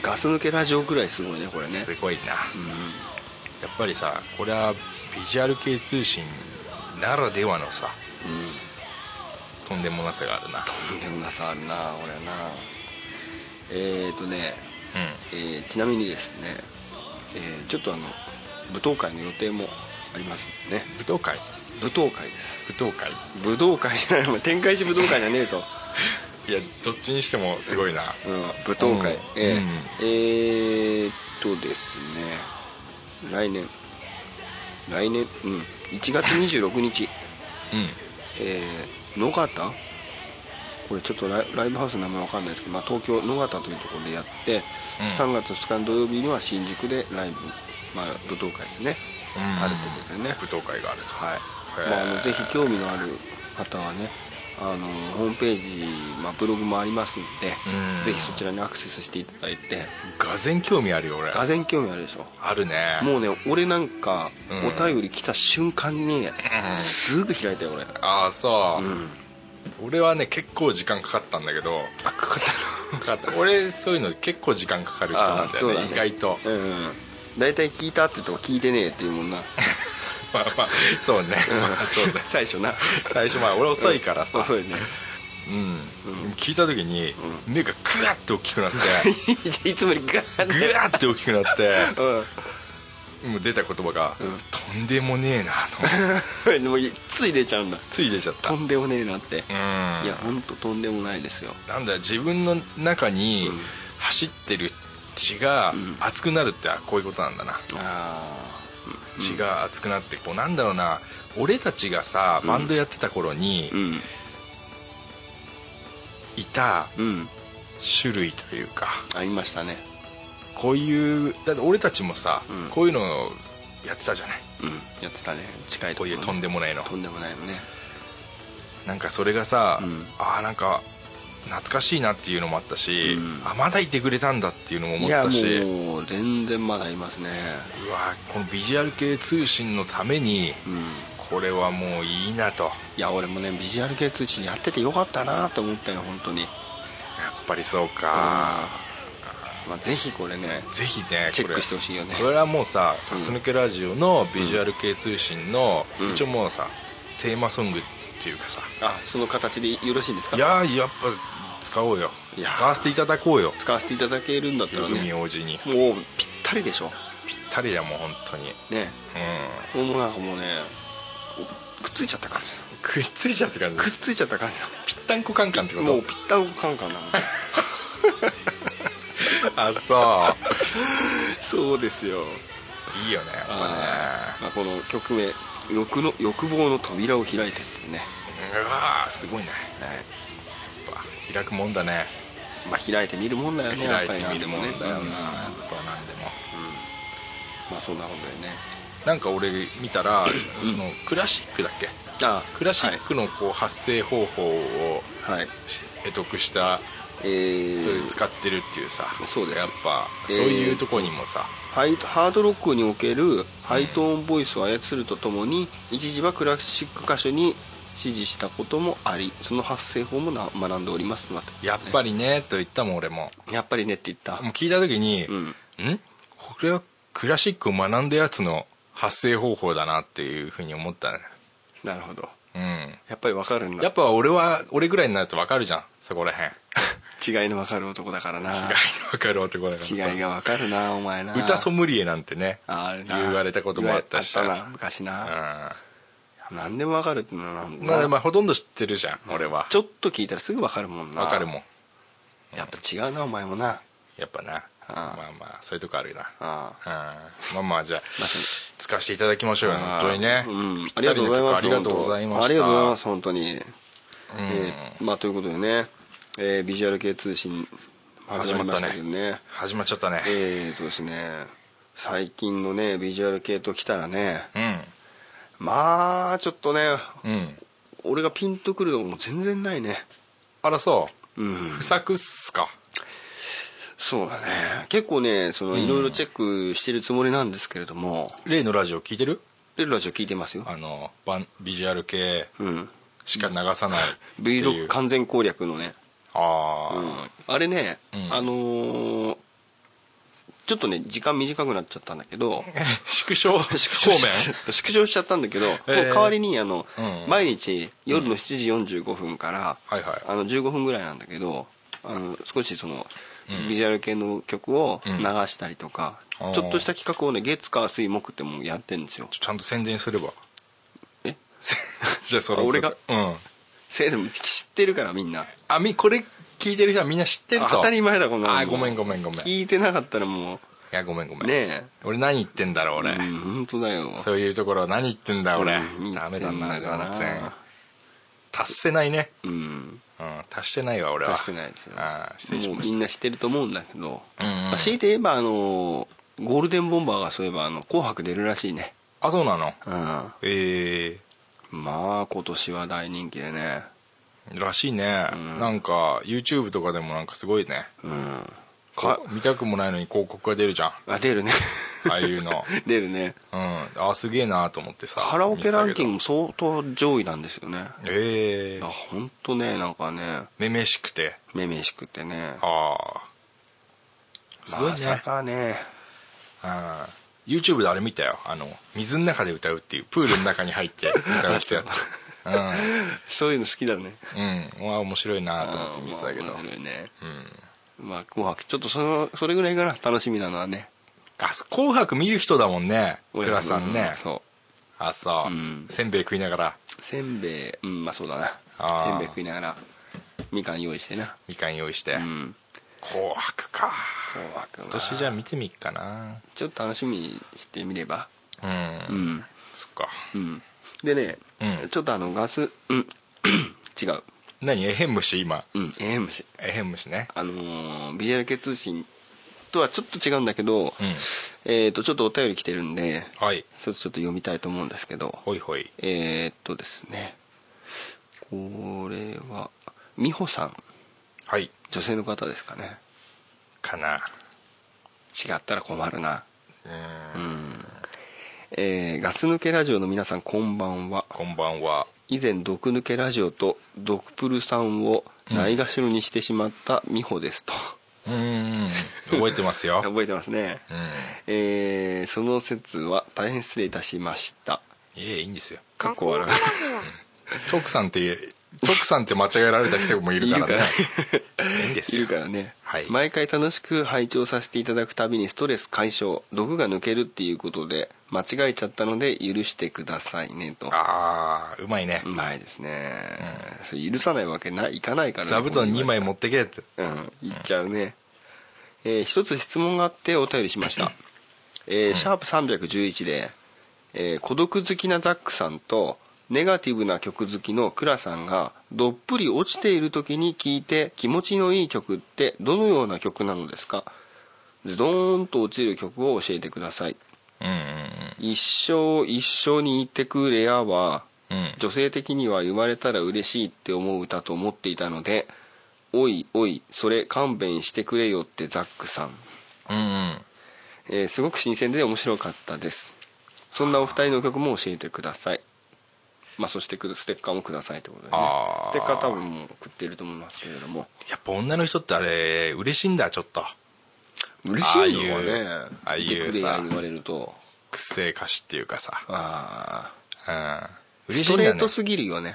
ぱガス抜けラジオぐらいすごいねこれね
すごいな、
う
やっぱりさこれはビジュアル系通信ならではのさ
んうん
とんでもなさがあるな
とんでもなさあるな俺なえーとね、
うん
えーちなみにですね、えーちょっとあの舞踏会の予定もありますね
舞踏会
舞踏会です
舞踏会
舞踏会じゃないお前展開し舞踏会じゃねえぞ、
いやどっちにしてもすごいな、
うん、舞踏会、
うん
えー
うん
えーとですね来年来年うん1月26日
うん
えー野方これちょっとライライブハウスの名前わかんないですけど、まあ、東京野方というところでやって、
うん
3月2日の土曜日には新宿でライブ、まあ、舞踏会ですね、
うん
あるということでね、
舞踏会があると
はい
へー
まあ、あのぜひ興味のある方はねあのホームページ、まあ、ブログもありますんで、
うん
ぜひそちらにアクセスしていただいて
がぜん興味あるよ俺
がぜん興味あるでしょ
あるね
もうね俺なんか
うん
お便り来た瞬間にすぐ開いたよ俺
ああそう、
うん
俺はね結構時間かかったんだけど
あかかった
かかった俺そういうの結構時間かかる人な
あ
んだよね
ーそうだね
意外と
うんうん大体聞いたって言っても聞いてねえっていうもんな
まあまあそうね、まあ そうね
最初な
最初まあ俺遅いからさ、
遅いね
うん聞いた時に目がグワッて大きくなっ て
いつもよりガーン
グワッて大きくなって
う
もう出た言葉が、
うん
とんでもねえなと思って
んでも つい出ちゃうんだ
つい出ちゃった
とんでもねえなって、
う
い
ん
や本当とんでもないですよ
なんだ自分の中に
うん
走ってる血が
ん
熱くなるってあこういうことなんだな、
あ
血が熱くなってこうなんだろうな俺たちがさバンドやってた頃に
あうん
いた
うん
種類というか
ありましたね
こういうだって俺たちもさ、
うん
こういうのをやってたじゃない
うんやってたね近いとこ
こう
ろ
いうとんでもないの
とんでもないのね
なんかそれがさ、
うん
ああなんか懐かしいなっていうのもあったし、
うん
あまだいてくれたんだっていうのも思
い
っ
や
たし
もう全然まだいますね
うわこのビジュアル系通信のために
うん
これはもういいなとや
いや俺もねビジュアル系通知やっててよかったなと思ったよ本当に
っぱりそうか、
ああまあぜひこれね
ぜひね
チェッ
これ
クしてほしいよね
これはもうさ「
うん
ガス抜けラジオ」のビジュアル系通信の、
うん
一応もうさテーマソングっていうかさ
あその形でよろしいですか
いやーやっぱ使おうよ
いやー
使わせていただこうよ
使わせていただけるんだったら
広海
ね
王子に
もうぴったりでしょ
ぴったりだもん本当に
ね
うん
もうなんかもうねくっついちゃった感じ
くっついちゃって感じ
だくっついちゃった感じ
ぴったんこカンカンって
だ
こ
も
と
うぴったんこカンカンなの
あそ
そうですよ
ういいよねやっぱ
まあ、この曲名欲の欲望の扉を開いてっていうね、
ねうわーすごいね
はい
やっぱ開くもんだね
まあ開いてみるもんだよね
開いて
やっぱ
み
り
るも
なんんで
だよなやっ
ね
ぱ何でも
まあそんなことだよね
なんか俺見たらそのクラシックだっけ
あ
クラシックのこう発声方法を
はい、はい、
し得得した
え
そ
ー、
れ使ってるっていうさ
そうです
やっぱ
え
そう
ー
いうとこにもさ
ハイハードロックにおけるハイトーンボイスを操るとともに一時はクラシック歌手に指示したこともありその発声法もな学んでおりますとなって
やっぱりねと言ったもん俺も
やっぱりねって言った
もう聞いた時に
うん
んこれはクラシックを学んだやつの発声方法だなっていうふうに思ったね
なるほど
うん
やっぱりわかるん
やっ
だ
ぱ俺は俺ぐらいになると分かるじゃんそこら辺
違いのわかる男だからな
違いの分かる男だからさ
違いがわかるなお前な
歌ソムリエなんてね
ああれな
言われたこともあったし
あな昔な、何でもわかるってのなん
うん
だ
まあまあほとんど知ってるじゃん俺は
ちょっと聞いたらすぐわかるもんな
分かるもん
やっぱ違うなお前もな
やっぱなまあまあそういうとこあるな
あ
うんまあまあじゃあ使わせていただきましょうよ本当にね
うん、ありがとうございます
ぴったりの曲ありがとうございました
ありがとうございます本当に、
うん
えーまあということでね、えービジュアル系通信始まりましたけどね
始まっちゃったね
えーとですね最近のねビジュアル系ときたらねまあちょっとね
うんうん
俺がピンとくるのも全然ないね
あらそう
うん
不作っすか
そうだね結構ねそのいろいろチェックしてるつもりなんですけれども、
例のラジオ聞いてる
レルラジオ聞いてますよ
あのバンビジュアル系
うん
しか流さないっていう
Vlog 完全攻略のね
あ
あれね、
うん
あのーちょっとね時間短くなっちゃったんだけど
あ 縮小方面
縮小し 縮小しちゃったんだけど、もう
え
代わりにあの、
うん
毎日夜の7時45分から、
はいはい
あの15分ぐらいなんだけどあの少しその、ビジュアル系の曲を流したりとか、
うん
ちょっとした企画をね月火水木ってもうやってるんですよ
ちょちゃんと宣伝すれば
え
じゃあその
俺が
うん
せいでも知ってるからみんな
あみこれ聞いてる人はみんな知ってると
当たり前だこんなの
あごめんごめんごめんい
聞いてなかったらも
やごめんごめ
うんね
俺何言ってんだろう
え
俺、
うん本当だよ
そういうところ何言ってんだ俺、
うん
ダメだな
言ってんだな
全然達せないね
うん
うん達してないわ俺は
出してないですよ
あー失礼し
もう
ま
み
し
んな知ってると思うんだけど、
うんうん
まあ強いて言えばあのゴールデンボンバーがそういえばあの「紅白」出るらしいね
たあそうなの
うんま
え
あ今年は大人気でね
ー、らしいね、
ん
なんか YouTube とかでもなんかすごいね
うん
か
か
見たくもないのに広告が出るじゃん
あ出るね
ああいうの
出るね
うんあーすげえなと思ってさ
カラオケランキング
見
も
て
相当上位なんですよね
たけどええ
あ
ー、
本当ねなんかね
めめしくて
めめしくてね
ああすご
ま
いね、
さかね
ああ YouTube であれ見たよあの水の中で歌うっていうプールの中に入って歌う ってやつ
そういうの好きだね
うんうんうわ面白いなと思って見てたけ
あ
ど
ーまあ面白いね
うん
まあ紅白ちょっとそのそれぐらいかな楽しみなのはね
あ紅白見る人だもんね倉さんね
うそう
あそう、
うん
せんべい食いながら
せんべいうんまあそうだな
あー
せんべい食いながらみかん用意してな
みかん用意して、
うん
紅白か
紅白は
今年じゃあ見てみっかな
ちょっと楽しみにしてみれば
うん、
うん
そっか
うんでね、
うん
ちょっとあのガスうん 違う
何エヘン虫今
うんええ虫
エヘン虫ね
あのービジュアル系通信とはちょっと違うんだけど、
うん
えっ、とちょっとお便り来てるんで
はい
一つちょっと読みたいと思うんですけど
ほいほい
えー、っとですねこれは美穂さん
はい
女性の方ですかね
かな
違ったら困るな
うん
えーガス抜けラジオの皆さんこんばんは
こんばんは
以前毒抜けラジオと毒プルさんをないがしろにしてしまった美穂ですと、
うん覚えてま すよ
覚えてますね、
うん
えーその説は大変失礼いたしました
いえいいんですよ
かっこ悪い
トクさんってトクさんって間違えられた人もいるからねいいんです
い
よ
るからね、
はい
毎回楽しく拝聴させていただくたびにストレス解消毒が抜けるっていうことで間違えちゃったので許してくださいねと
ああうまいね
うまいですね、それ許さないわけないいかないからね
座布団2枚持ってけって
うんいっちゃうね、えー一つ質問があってお便りしました、えーシャープ311で、えー孤独好きなザックさんとネガティブな曲好きのクラさんがどっぷり落ちている時に聴いて気持ちのいい曲ってどのような曲なのですかズドーンと落ちる曲を教えてください
うんうん
一生一生にいてくれやは
うんうん
女性的には言われたら嬉しいって思う歌と思っていたので「おいおいそれ勘弁してくれよ」ってザックさん、
うんうん
えーすごく新鮮で面白かったですそんなお二人の曲も教えてくださいまあそしてくステッカーもくださいってことでね
あー
ステッカー多分もう送ってると思いますけれども
やっぱ女の人ってあれ嬉しいんだちょっと
嬉しいのはね
ああいう
言ってくれ
ああ
や
いうさ
言われると
くせえ歌詞っていうかさ、
ああ
うん、嬉
ス
しい
ト
んだ
レ
ね
ートすぎるよね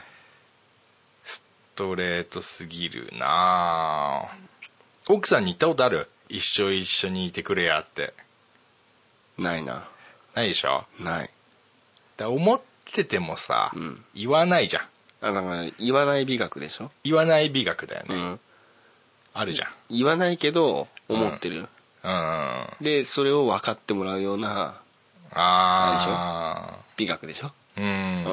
ストレートすぎるなあ奥さんに言ったことある一生一緒にいてくれやって
ないな
ないでしょ
ない
だ思っててもさ、
うん
言わないじゃん
あだから言わない美学でしょ、
言わない美学だよね、
うん、
あるじゃん
言わないけど思ってる、
うんあ
でそれを分かってもらうような
あ
美学でしょ、
うん、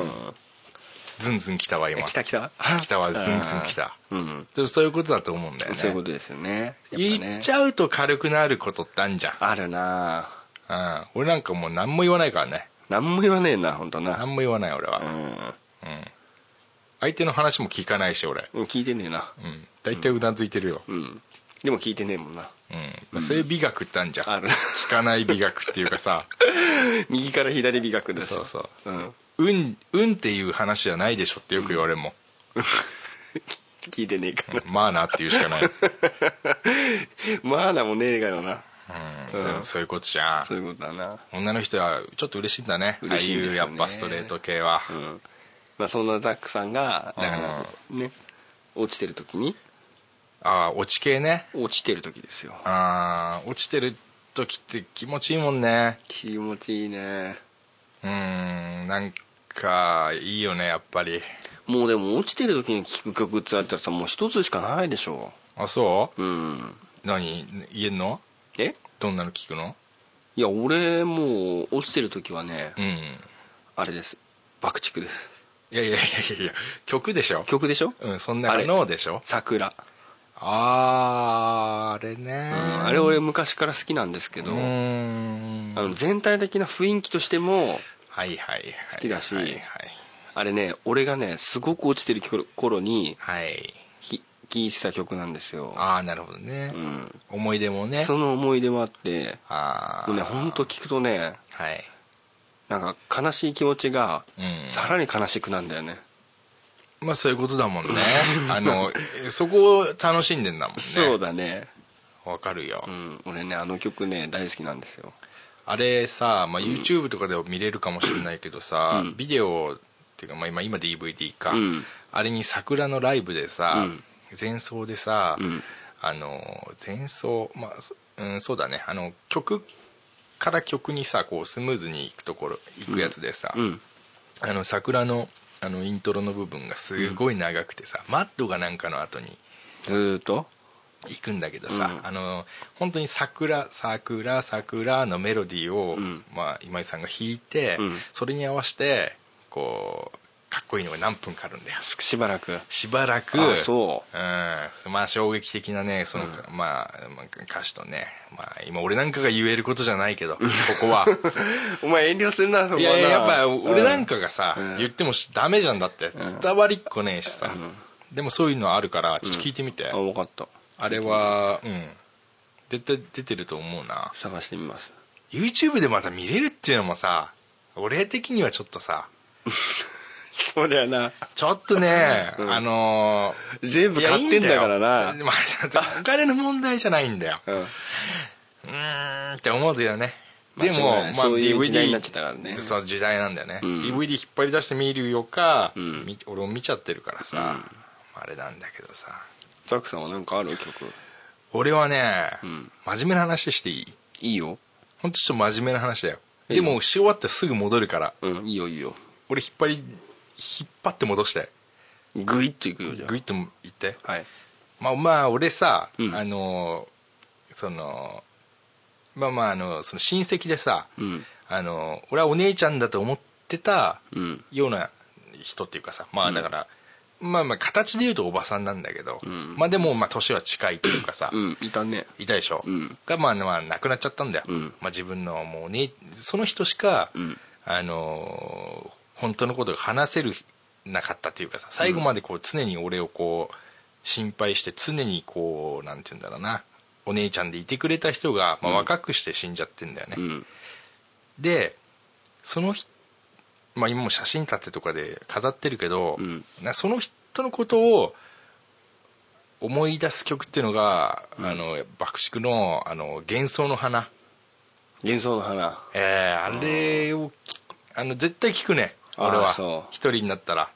ズンズン来たわ今
来た来た
来たわズンズン来た
うん
でもそういうことだと思うんだよね
そういうことですよねやっぱね
言っちゃうと軽くなることってあんじゃん、
あるな
うん、俺なんかもう何も言わないからね
何も言わねえな本当な
何も言わない俺は、相手の話も聞かないし俺、
うん聞いてねえな
うん、大体うなずいてるよ、
うんでも聞いてねえもんな
うんまあそういう美学ってあんじゃん、
ある
聞かない美学っていうかさ
右から左美学です
そう
よ
そう
う、ん、
運運っていう話じゃないでしょってよく言われるもん、
聞いてねえから
うんまあなっていうしかない、う
まあなもねえからな、
んでもそういうことじゃ
そうんいうことだな
女の人はちょっと嬉しいんだね
嬉しいですよね
ああいうやっぱストレート系は、
うんまあそんなザックさんがだからね落ちてる時に
ああ落ち系ね
落ちてる時ですよ
ああ落ちてる時って気持ちいいもんね
気持ちいいね
うんなんかいいよねやっぱり
もうでも落ちてる時に聴く曲ってあったらさもう一つしかないでしょ
あそう
うん
何言えんの
え
どんなの聞くの
いや俺もう落ちてる時はね、
うん
あれです爆竹です
いやいやいやいやいや曲でしょ
曲でしょ
うんそんなのでしょ
桜、
あーあれね
うんあれ俺昔から好きなんですけ
う
ど、
ーん
あ
は
の全体的な雰囲気としても
いはいはい
好きだし
はいはい
あれね俺がねすごく落ちてる頃頃に
はい
聴いてた曲なんですよ、
ああなるほどね
うん、
思い出もね
その思い出もあって
ああ
もうね本当聴くとね
はい
なんか悲しい気持ちが
うん
さらに悲しくなんだよね、
まあそういうことだもんね あのそこを楽しんでんだもんね
そうだね
わかるよ
うん、俺ねあの曲ね大好きなんですよ
あれさ、まあ、YouTube とかでも見れるかもしれないけどさ、
うん
ビデオっていうか、まあ、今今 DVD か、
うん
あれに桜のライブでさ、
うん
前奏でさ、
うん
あの前奏、まあそうん、そうだねあの曲から曲にさこうスムーズにいくところいくやつでさ、
うん
あの桜のあのイントロの部分がすごい長くてさ、マッドがなんかの後に
ずーっと
行くんだけどさ、
うん
あの本当に桜「桜桜」のメロディーを、
うん
まあ、今井さんが弾いて、
うん
それに合わせてこうかっこいいのが何分かあるんだよ
ししばら く
しばらく
あそ
うんまあ衝撃的なねその、まあ、まあ歌詞とね、まあ、今俺なんかが言えることじゃないけどこ こは
お前遠慮するなそこはい
やいややっぱ俺なん
か
かがさ、
うん
言ってもしダメじゃんだって伝わりっこねえしさ、でもそういうのあるからちょっと聞いてみて、
あ分かった
あれはうん絶対出てると思うな
探してみます
YouTube でまた見れるっていうのもさ俺的にはちょっとさ
そうだよな
ちょっとね、
うん
あの
全
ー
部買ってんだから
いやい
ない
んだよま あお金の問題じゃないんだよ
うん
うーんって思うよねで
まあ
も、
しょうがないそういう時代になっちゃったからね
そう時代なんだよね、
うん
DVD 引っ張り出して見るよか、
うん
み俺も見ちゃってるからさ、あれなんだけどさ
ザックさんはなんかある曲
俺はね、
うん
真面目な話していい
いいよ
本当ちょっと真面目な話だよ
いい
で
よ
もし終わってすぐ戻るから
うんいいよいいよ
俺引っ張り引っ張って戻して
グイッといくよじゃあ
グイッと行って
はい
まあまあ俺さ、
うん
あのそのまあまああのその親戚でさ、
うん
あの俺はお姉ちゃんだと思ってた
うん
ような人っていうかさまあだから、まあまあ形で言うとおばさんなんだけど、
ん
まあでもまあ年は近いというかさ、
うんいたね
いたでしょ、
うん
がまあまあ亡くなっちゃったんだよ、
うん
まあ、自分のもうねその人しか、
うん
あのー本当のことが話せるなかったというかさ最後までこう常に俺をこう心配して常にこうなんて言うんだろうなお姉ちゃんでいてくれた人が、まあ、
うん
若くして死んじゃってんだよね、
うん
でその人、まあ、今も写真立てとかで飾ってるけど、
うん
なその人のことを思い出す曲っていうのが、あの爆竹のあの幻想の花、
幻想の花
えーあれをきあの絶対聞くね
あー
俺
そ
は
う
一人になったら、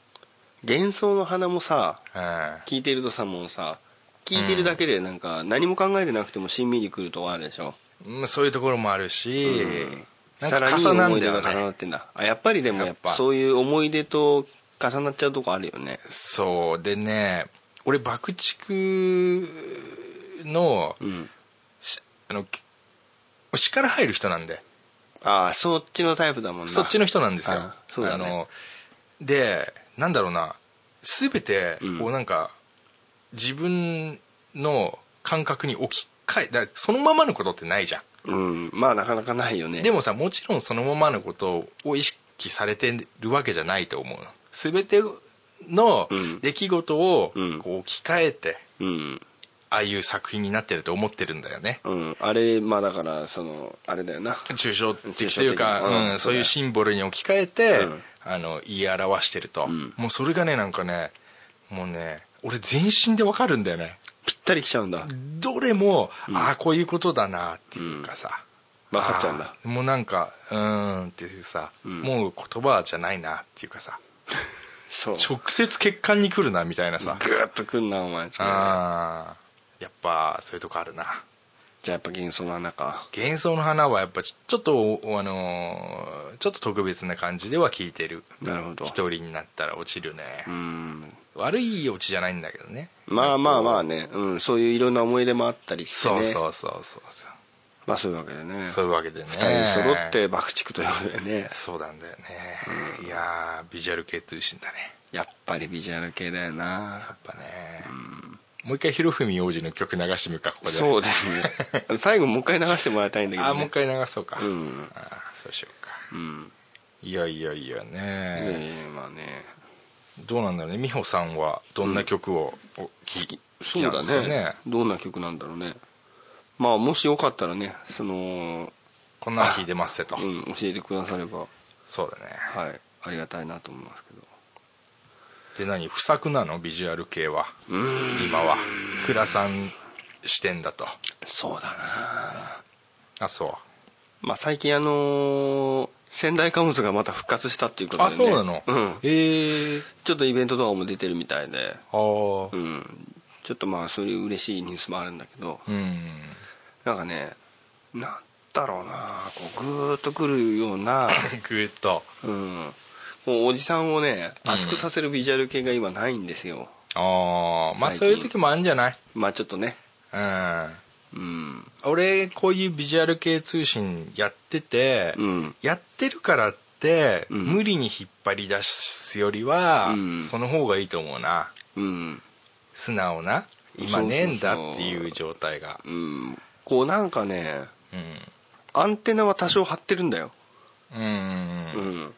幻想の花もさ
うん
聞いてるとさもうさ聞いてるだけでなんか何も考えてなくてもしんみりくるとこあるでしょ、
うんそういうところもあるし、
うん
なん
さら
か
に
重な
思
ん
い
だ
出が
よ
重な
ね
ってんだあやっぱりでも
や
や
っ
っ
ぱ
ぱそういう思い出と重なっちゃうとこあるよね
そうでね俺爆竹の
うん
しあのき牛から入る人なんで
ああそっちのタイプだもんな
そっちの人なんですよ
あそうだね
あのでなんだろうな全て
うん
こうなんか、自分の感覚に置き換えだからそのままのことってないじゃ
うんまあなかなかないよね
んでもさもちろんそのままのことを意識されてるわけじゃないと思うの全ての
うん
出来事を
うん
こう置き換えて
うん
ああいう作品になってると思ってるんだよね
うんあれまあだからそのあれだよな
抽象的という
抽象的
か、
な
う、
うんん
そういうシンボルに置き換えて、
うん
あの言い表してると、
ん
もうそれがねなんかねもうね俺全身でわかるんだよね
ぴったりきちゃうんだ
どれも、ああこういうことだなっていうかさ、
分かっちゃうんだ
あーもうなんかうーんっていうさ、
ん
もう言葉じゃないなっていうかさ
そう
直接血管に来るなみたいなさ、
グーッとくんなお前じゃあ
あーやっぱそういうとこあるな
やっぱ幻想の花か
幻想の花はやっぱちちょっとおあのーちょっと特別な感じでは聞いてる
なるほど
一人になったら落ちるね
う、ん
悪い落ちじゃないんだけどね
まあまあまあね、うん、そういういろんな思い出もあったりして
そ
ね
うそうそうそうそう、
まあそういうわけでね
そういうわけでね
二人揃って爆竹ということでね
そうなんだよね、いやービジュアル系通信だね
やっぱりビジュアル系だよ
や
な
っぱね、もう一回ひろふみ王子の曲流してみるかここで
そうです ね最後もう一回流してもらいたいんだけど、ね、
あーもう一回流そうか、
うん
あーそうしようか
うん
いやいやいや
い
ね
やいやまあね
どうなんだろうね美穂さんはどんな曲をお聴き好きなんですかね
どんな曲なんだろうねまあもしよかったらねその、
こんなの聴いてますせと、
うん、教えてくだされば
そうだね、
はいありがたいなと思いますけど
で何不作なのビジュアル系は今は倉さん視点だと
そうだな
あそ
まあ最近あのー仙台貨物がまた復活したっていうこ
う、
とで、
あ
ね、
そうなの、
うん
ええ
ちょっとイベント動画も出てるみたいで
ああ
うんちょっとまあそういう嬉しいニュースもあるんだけど
うん、
なんかねなんだろうなこうグーッとくるよう な、
グーッと
うん、もうおじさんをね
うん
熱くさせるビジュアル系が今ないんですよ、
ああま
最
あ
近
そういう時もあるんじゃない
まあちょっとね
うん
うん
俺こういうビジュアル系通信やってて、
うん
やってるからって、
うん
無理に引っ張り出すよりは、
うん
その方がいいと思うな
うん
素直な今ねえんだっていう状態が
うんこうなんかね
うん
アンテナは多少張ってるんだよ、
うん
うん、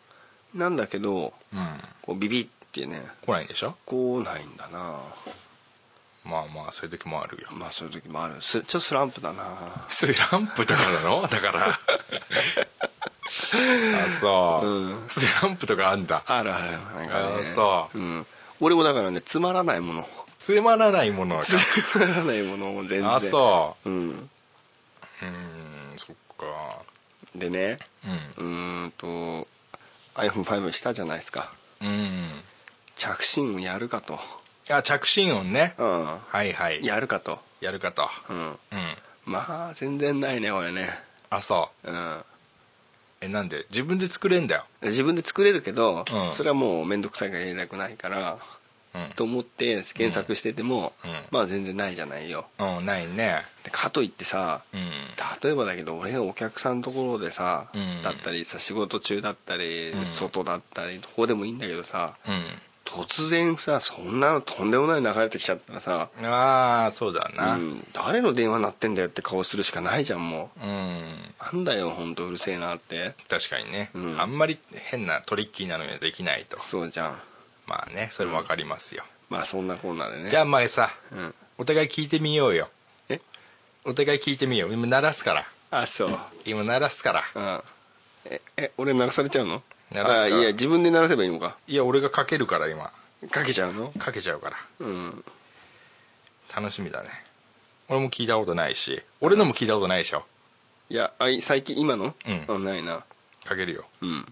なんだけど
うん
こうビビってね
来ないんでしょ
こうないんだな
まあまあそういう時もあるよ
まあそういう時もあるすちょっとスランプだな
スランプとかな のだからあそう、
うん
スランプとかあんだ
あるあるなんかね
あそう
うん、俺もだからねつまらないもの
つまらないものが
つまらないものを全然、
あそう
うん、
ううんそっか
でね
うん
うーんと iPhone5 したじゃないですか
うん
着信音やるかと、
あ着信音ね
うん、
はいはいや
やるかと、
るかと
うん、
うん
まあ全然ないねこれね、
あそう
うん、
えなんで自分で作れんだよ
自分で作れるけど、
うん
それはもう面倒くさいからやりたくないから
うん
と思って検索してても、
うんうん
まあ全然ないじゃないよ
うんないね
でかといってさ
うん
例えばだけど俺がお客さんのところでさ、
うん
だったりさ仕事中だったり、
うん
外だったりどこでもいいんだけどさ
う
突然さそんなのとんでもない流れてきちゃったらさ、
んああそうだ
う
なうん、
ん、誰の電話鳴ってんだよって顔するしかないじゃんもうなんだよ本当うるせえなって
確かにね、
うん
あんまり変なトリッキーなのにはできないと
そうじゃん
まあねそれもわかりますよ、
まあそんなコーナーでね
じゃあ前さ
うん、
お互い聞いてみようよ
え
お互い聞いてみよう今鳴らすから
あそう
今鳴らすから
うんええ俺鳴らされちゃうの
鳴らすか
あいや自分で鳴らせばいいのか
いや俺がかけるから今
かけちゃうの
かけちゃうから
うん
楽しみだね俺も聞いたことないし俺のも聞いたことないでしょ
いやあい最近今の、
うん
あないな
かけるよ
うん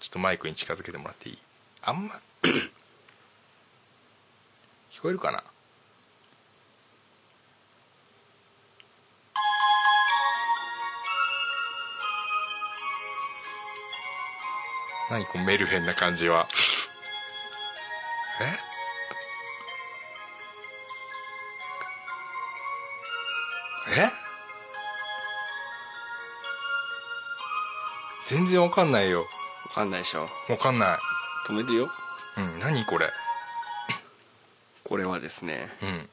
ちょっとマイクに近づけてもらっていいあんま 聞こえるかな何こうメルヘンな感じはええ全然わかんないよ
わかんないでしょ
わかんない
止めてよ
うん何これ
これはですね
うん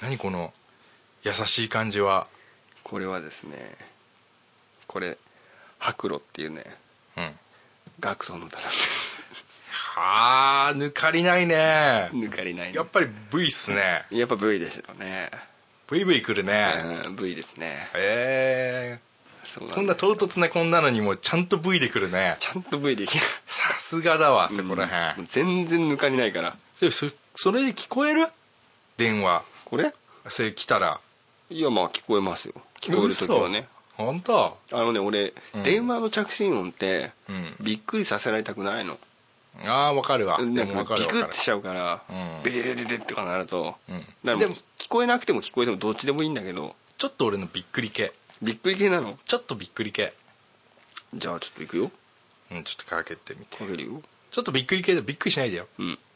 何この優しい感じは
これはですねこれ白露っていうね
うん
学徒の歌なんです
はあ抜かりないね
抜かりない、
やっぱり V っすね
やっぱ V ですよね、
VV くるね
うん、V ですね
へえ
そうなんだ
こんな唐突なこんなのにもちゃんと V でくるね
ちゃんと V できない
さすがだわそこらへ
うん
ん
全然抜かりないから
そそそれ聞こえる電話
これ
それ来たら
いやまあ聞こえますよ聞こえる時はね
嘘本当
あのね俺、
うん
電話の着信音って、
うん
びっくりさせられたくないの
ああ分かるわ
な
でも
ん
分
か
か
ビ
る
ク
分
ッ
か
て
る
しちゃうから、
うん
ビリビリビリとかなると、
うん
だか
で
ら
も
もう聞こえなくても聞こえてもどっちでもいいんだけど
ちょっと俺のびっくり系
びっくり系なの
ちょっとびっくり系
じゃあちょっと行くよ
うんちょっとかけてみて
かけるよ
ちょっとびっくり系でびっくりしないでよ
うん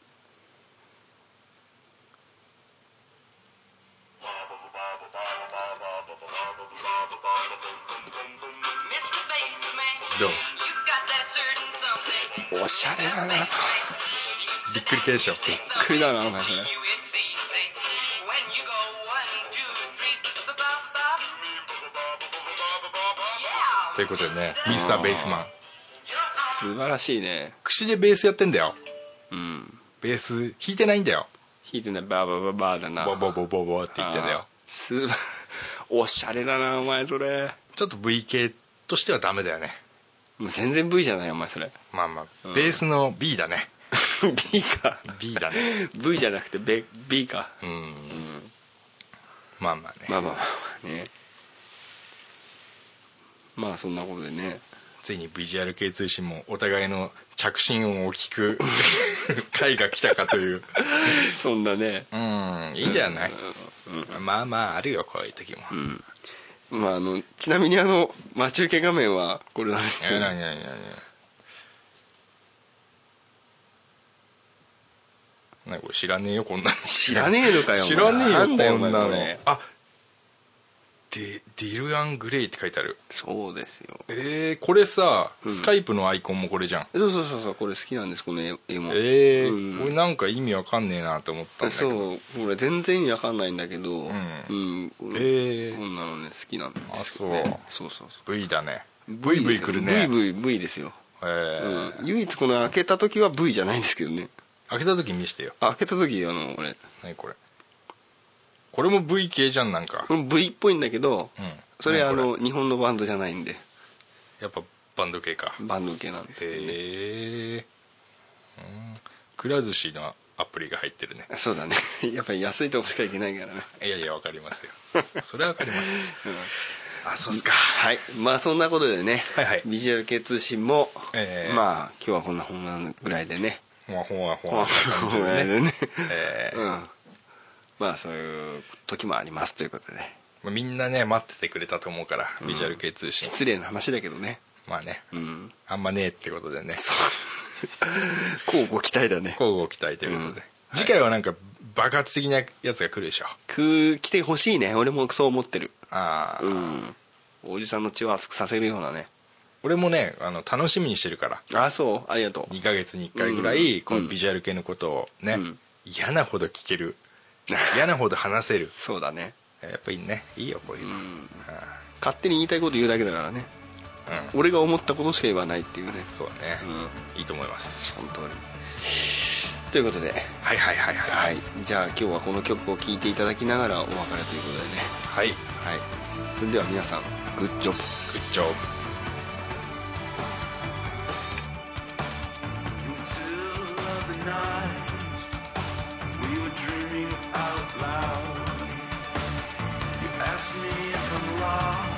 どう
おしゃれだな
びっくり系でしょ
くりだなお前それ
ということでねミスターベースマン
素晴らしいね
口でベースやってんだよ
うん
ベース弾いてないんだよ
弾いてないバーバーバーバーだな
ボボボボボって言ってんだよ
あーす おしゃれだなお前それ
ちょっと V 系としてはダメだよね
もう全然 V じゃないお前それ
まあま
う
あ
ん
ベースの B だね
B か
B だね
V じゃなくてベ B か
うんまあまあね、
まあまあまあねまあそんなことでね
ついに VGRK 通信もお互いの着信音を聞く 回が来たかという
そんなね
うんいいんじゃない、まあまああるよこういう時も、
まああのちなみにあの待ち受け画面はこれなんですけ
え
ど
何何何何これ知らねえよこんなの
知らねえのかよ
知らねえよ
なんだよ
こんな
お
の
前これ
あデディル・アン・グレイって書いてある
そうですよ
えー、これさ、
うん
スカイプのアイコンもこれじゃん
そうそうそうそうこれ好きなんですこの絵絵も
え
うん
ー、これなんか意味わかんねえなと思ったんだけど
そうこれ全然意味わかんないんだけどうんんこれ
え
こ
ー、
んなのね好きなんですよ
あ
ねそうそうそ
V だね
う
V V くるね
VV V ですよ
え
うん
ー
唯一この開けた時は V じゃないんですけどね
開けた時見してよ
あ開けた時あの俺
何これこれも V 系じゃんなんか
この V っぽいんだけど
うん
それあ
何
の
こ
日本のバンドじゃないんで
やっぱバンド系か
バンド系なんで
へえ、うん、くら寿司のアプリが入ってるね
そうだね やっぱり安いとこしか行けないからね
いやいやわかりますよそれはわかります、あそうっすか
はいまあそんなことでね
はいはい
ビジュアル系通信も
えー
まあ今日はこんな本なんぐらいでね
ほわほわほ
こんな
わ
本なんぐらいでね
えー
うんまあそういう時もありますということで
まあみんなね待っててくれたと思うから、ビジュアル系通信
失礼な話だけどね
まあね
うん
あんまねえってことでね
そう交互期待だね
交互期待ということで、次回はなんか爆発的なやつが来るでしょ
く来てほしいね俺もそう思ってる
ああ、
うんおじさんの血を熱くさせるようなね
俺もねあの楽しみにしてるから
あそうありがとう
2ヶ月に1回ぐらい、
うん
こういうビジュアル系のことをね、
うん
嫌なほど聞 ける嫌なほど話せる
そうだね
やっぱりねいいよこういうの、うん
勝手に言いたいこと言うだけだからね俺が思ったことしか言わないっていうね
そうだね、いいと思います
本当にということで
はいはいはいは
はいいじゃあ今日はこの曲を聴いていただきながらお別れということでね
はい、はい、
それでは皆さんグッジョブ
グッジョブ
In the still of the night, we were dreaming out loud. You asked me if I'm lost,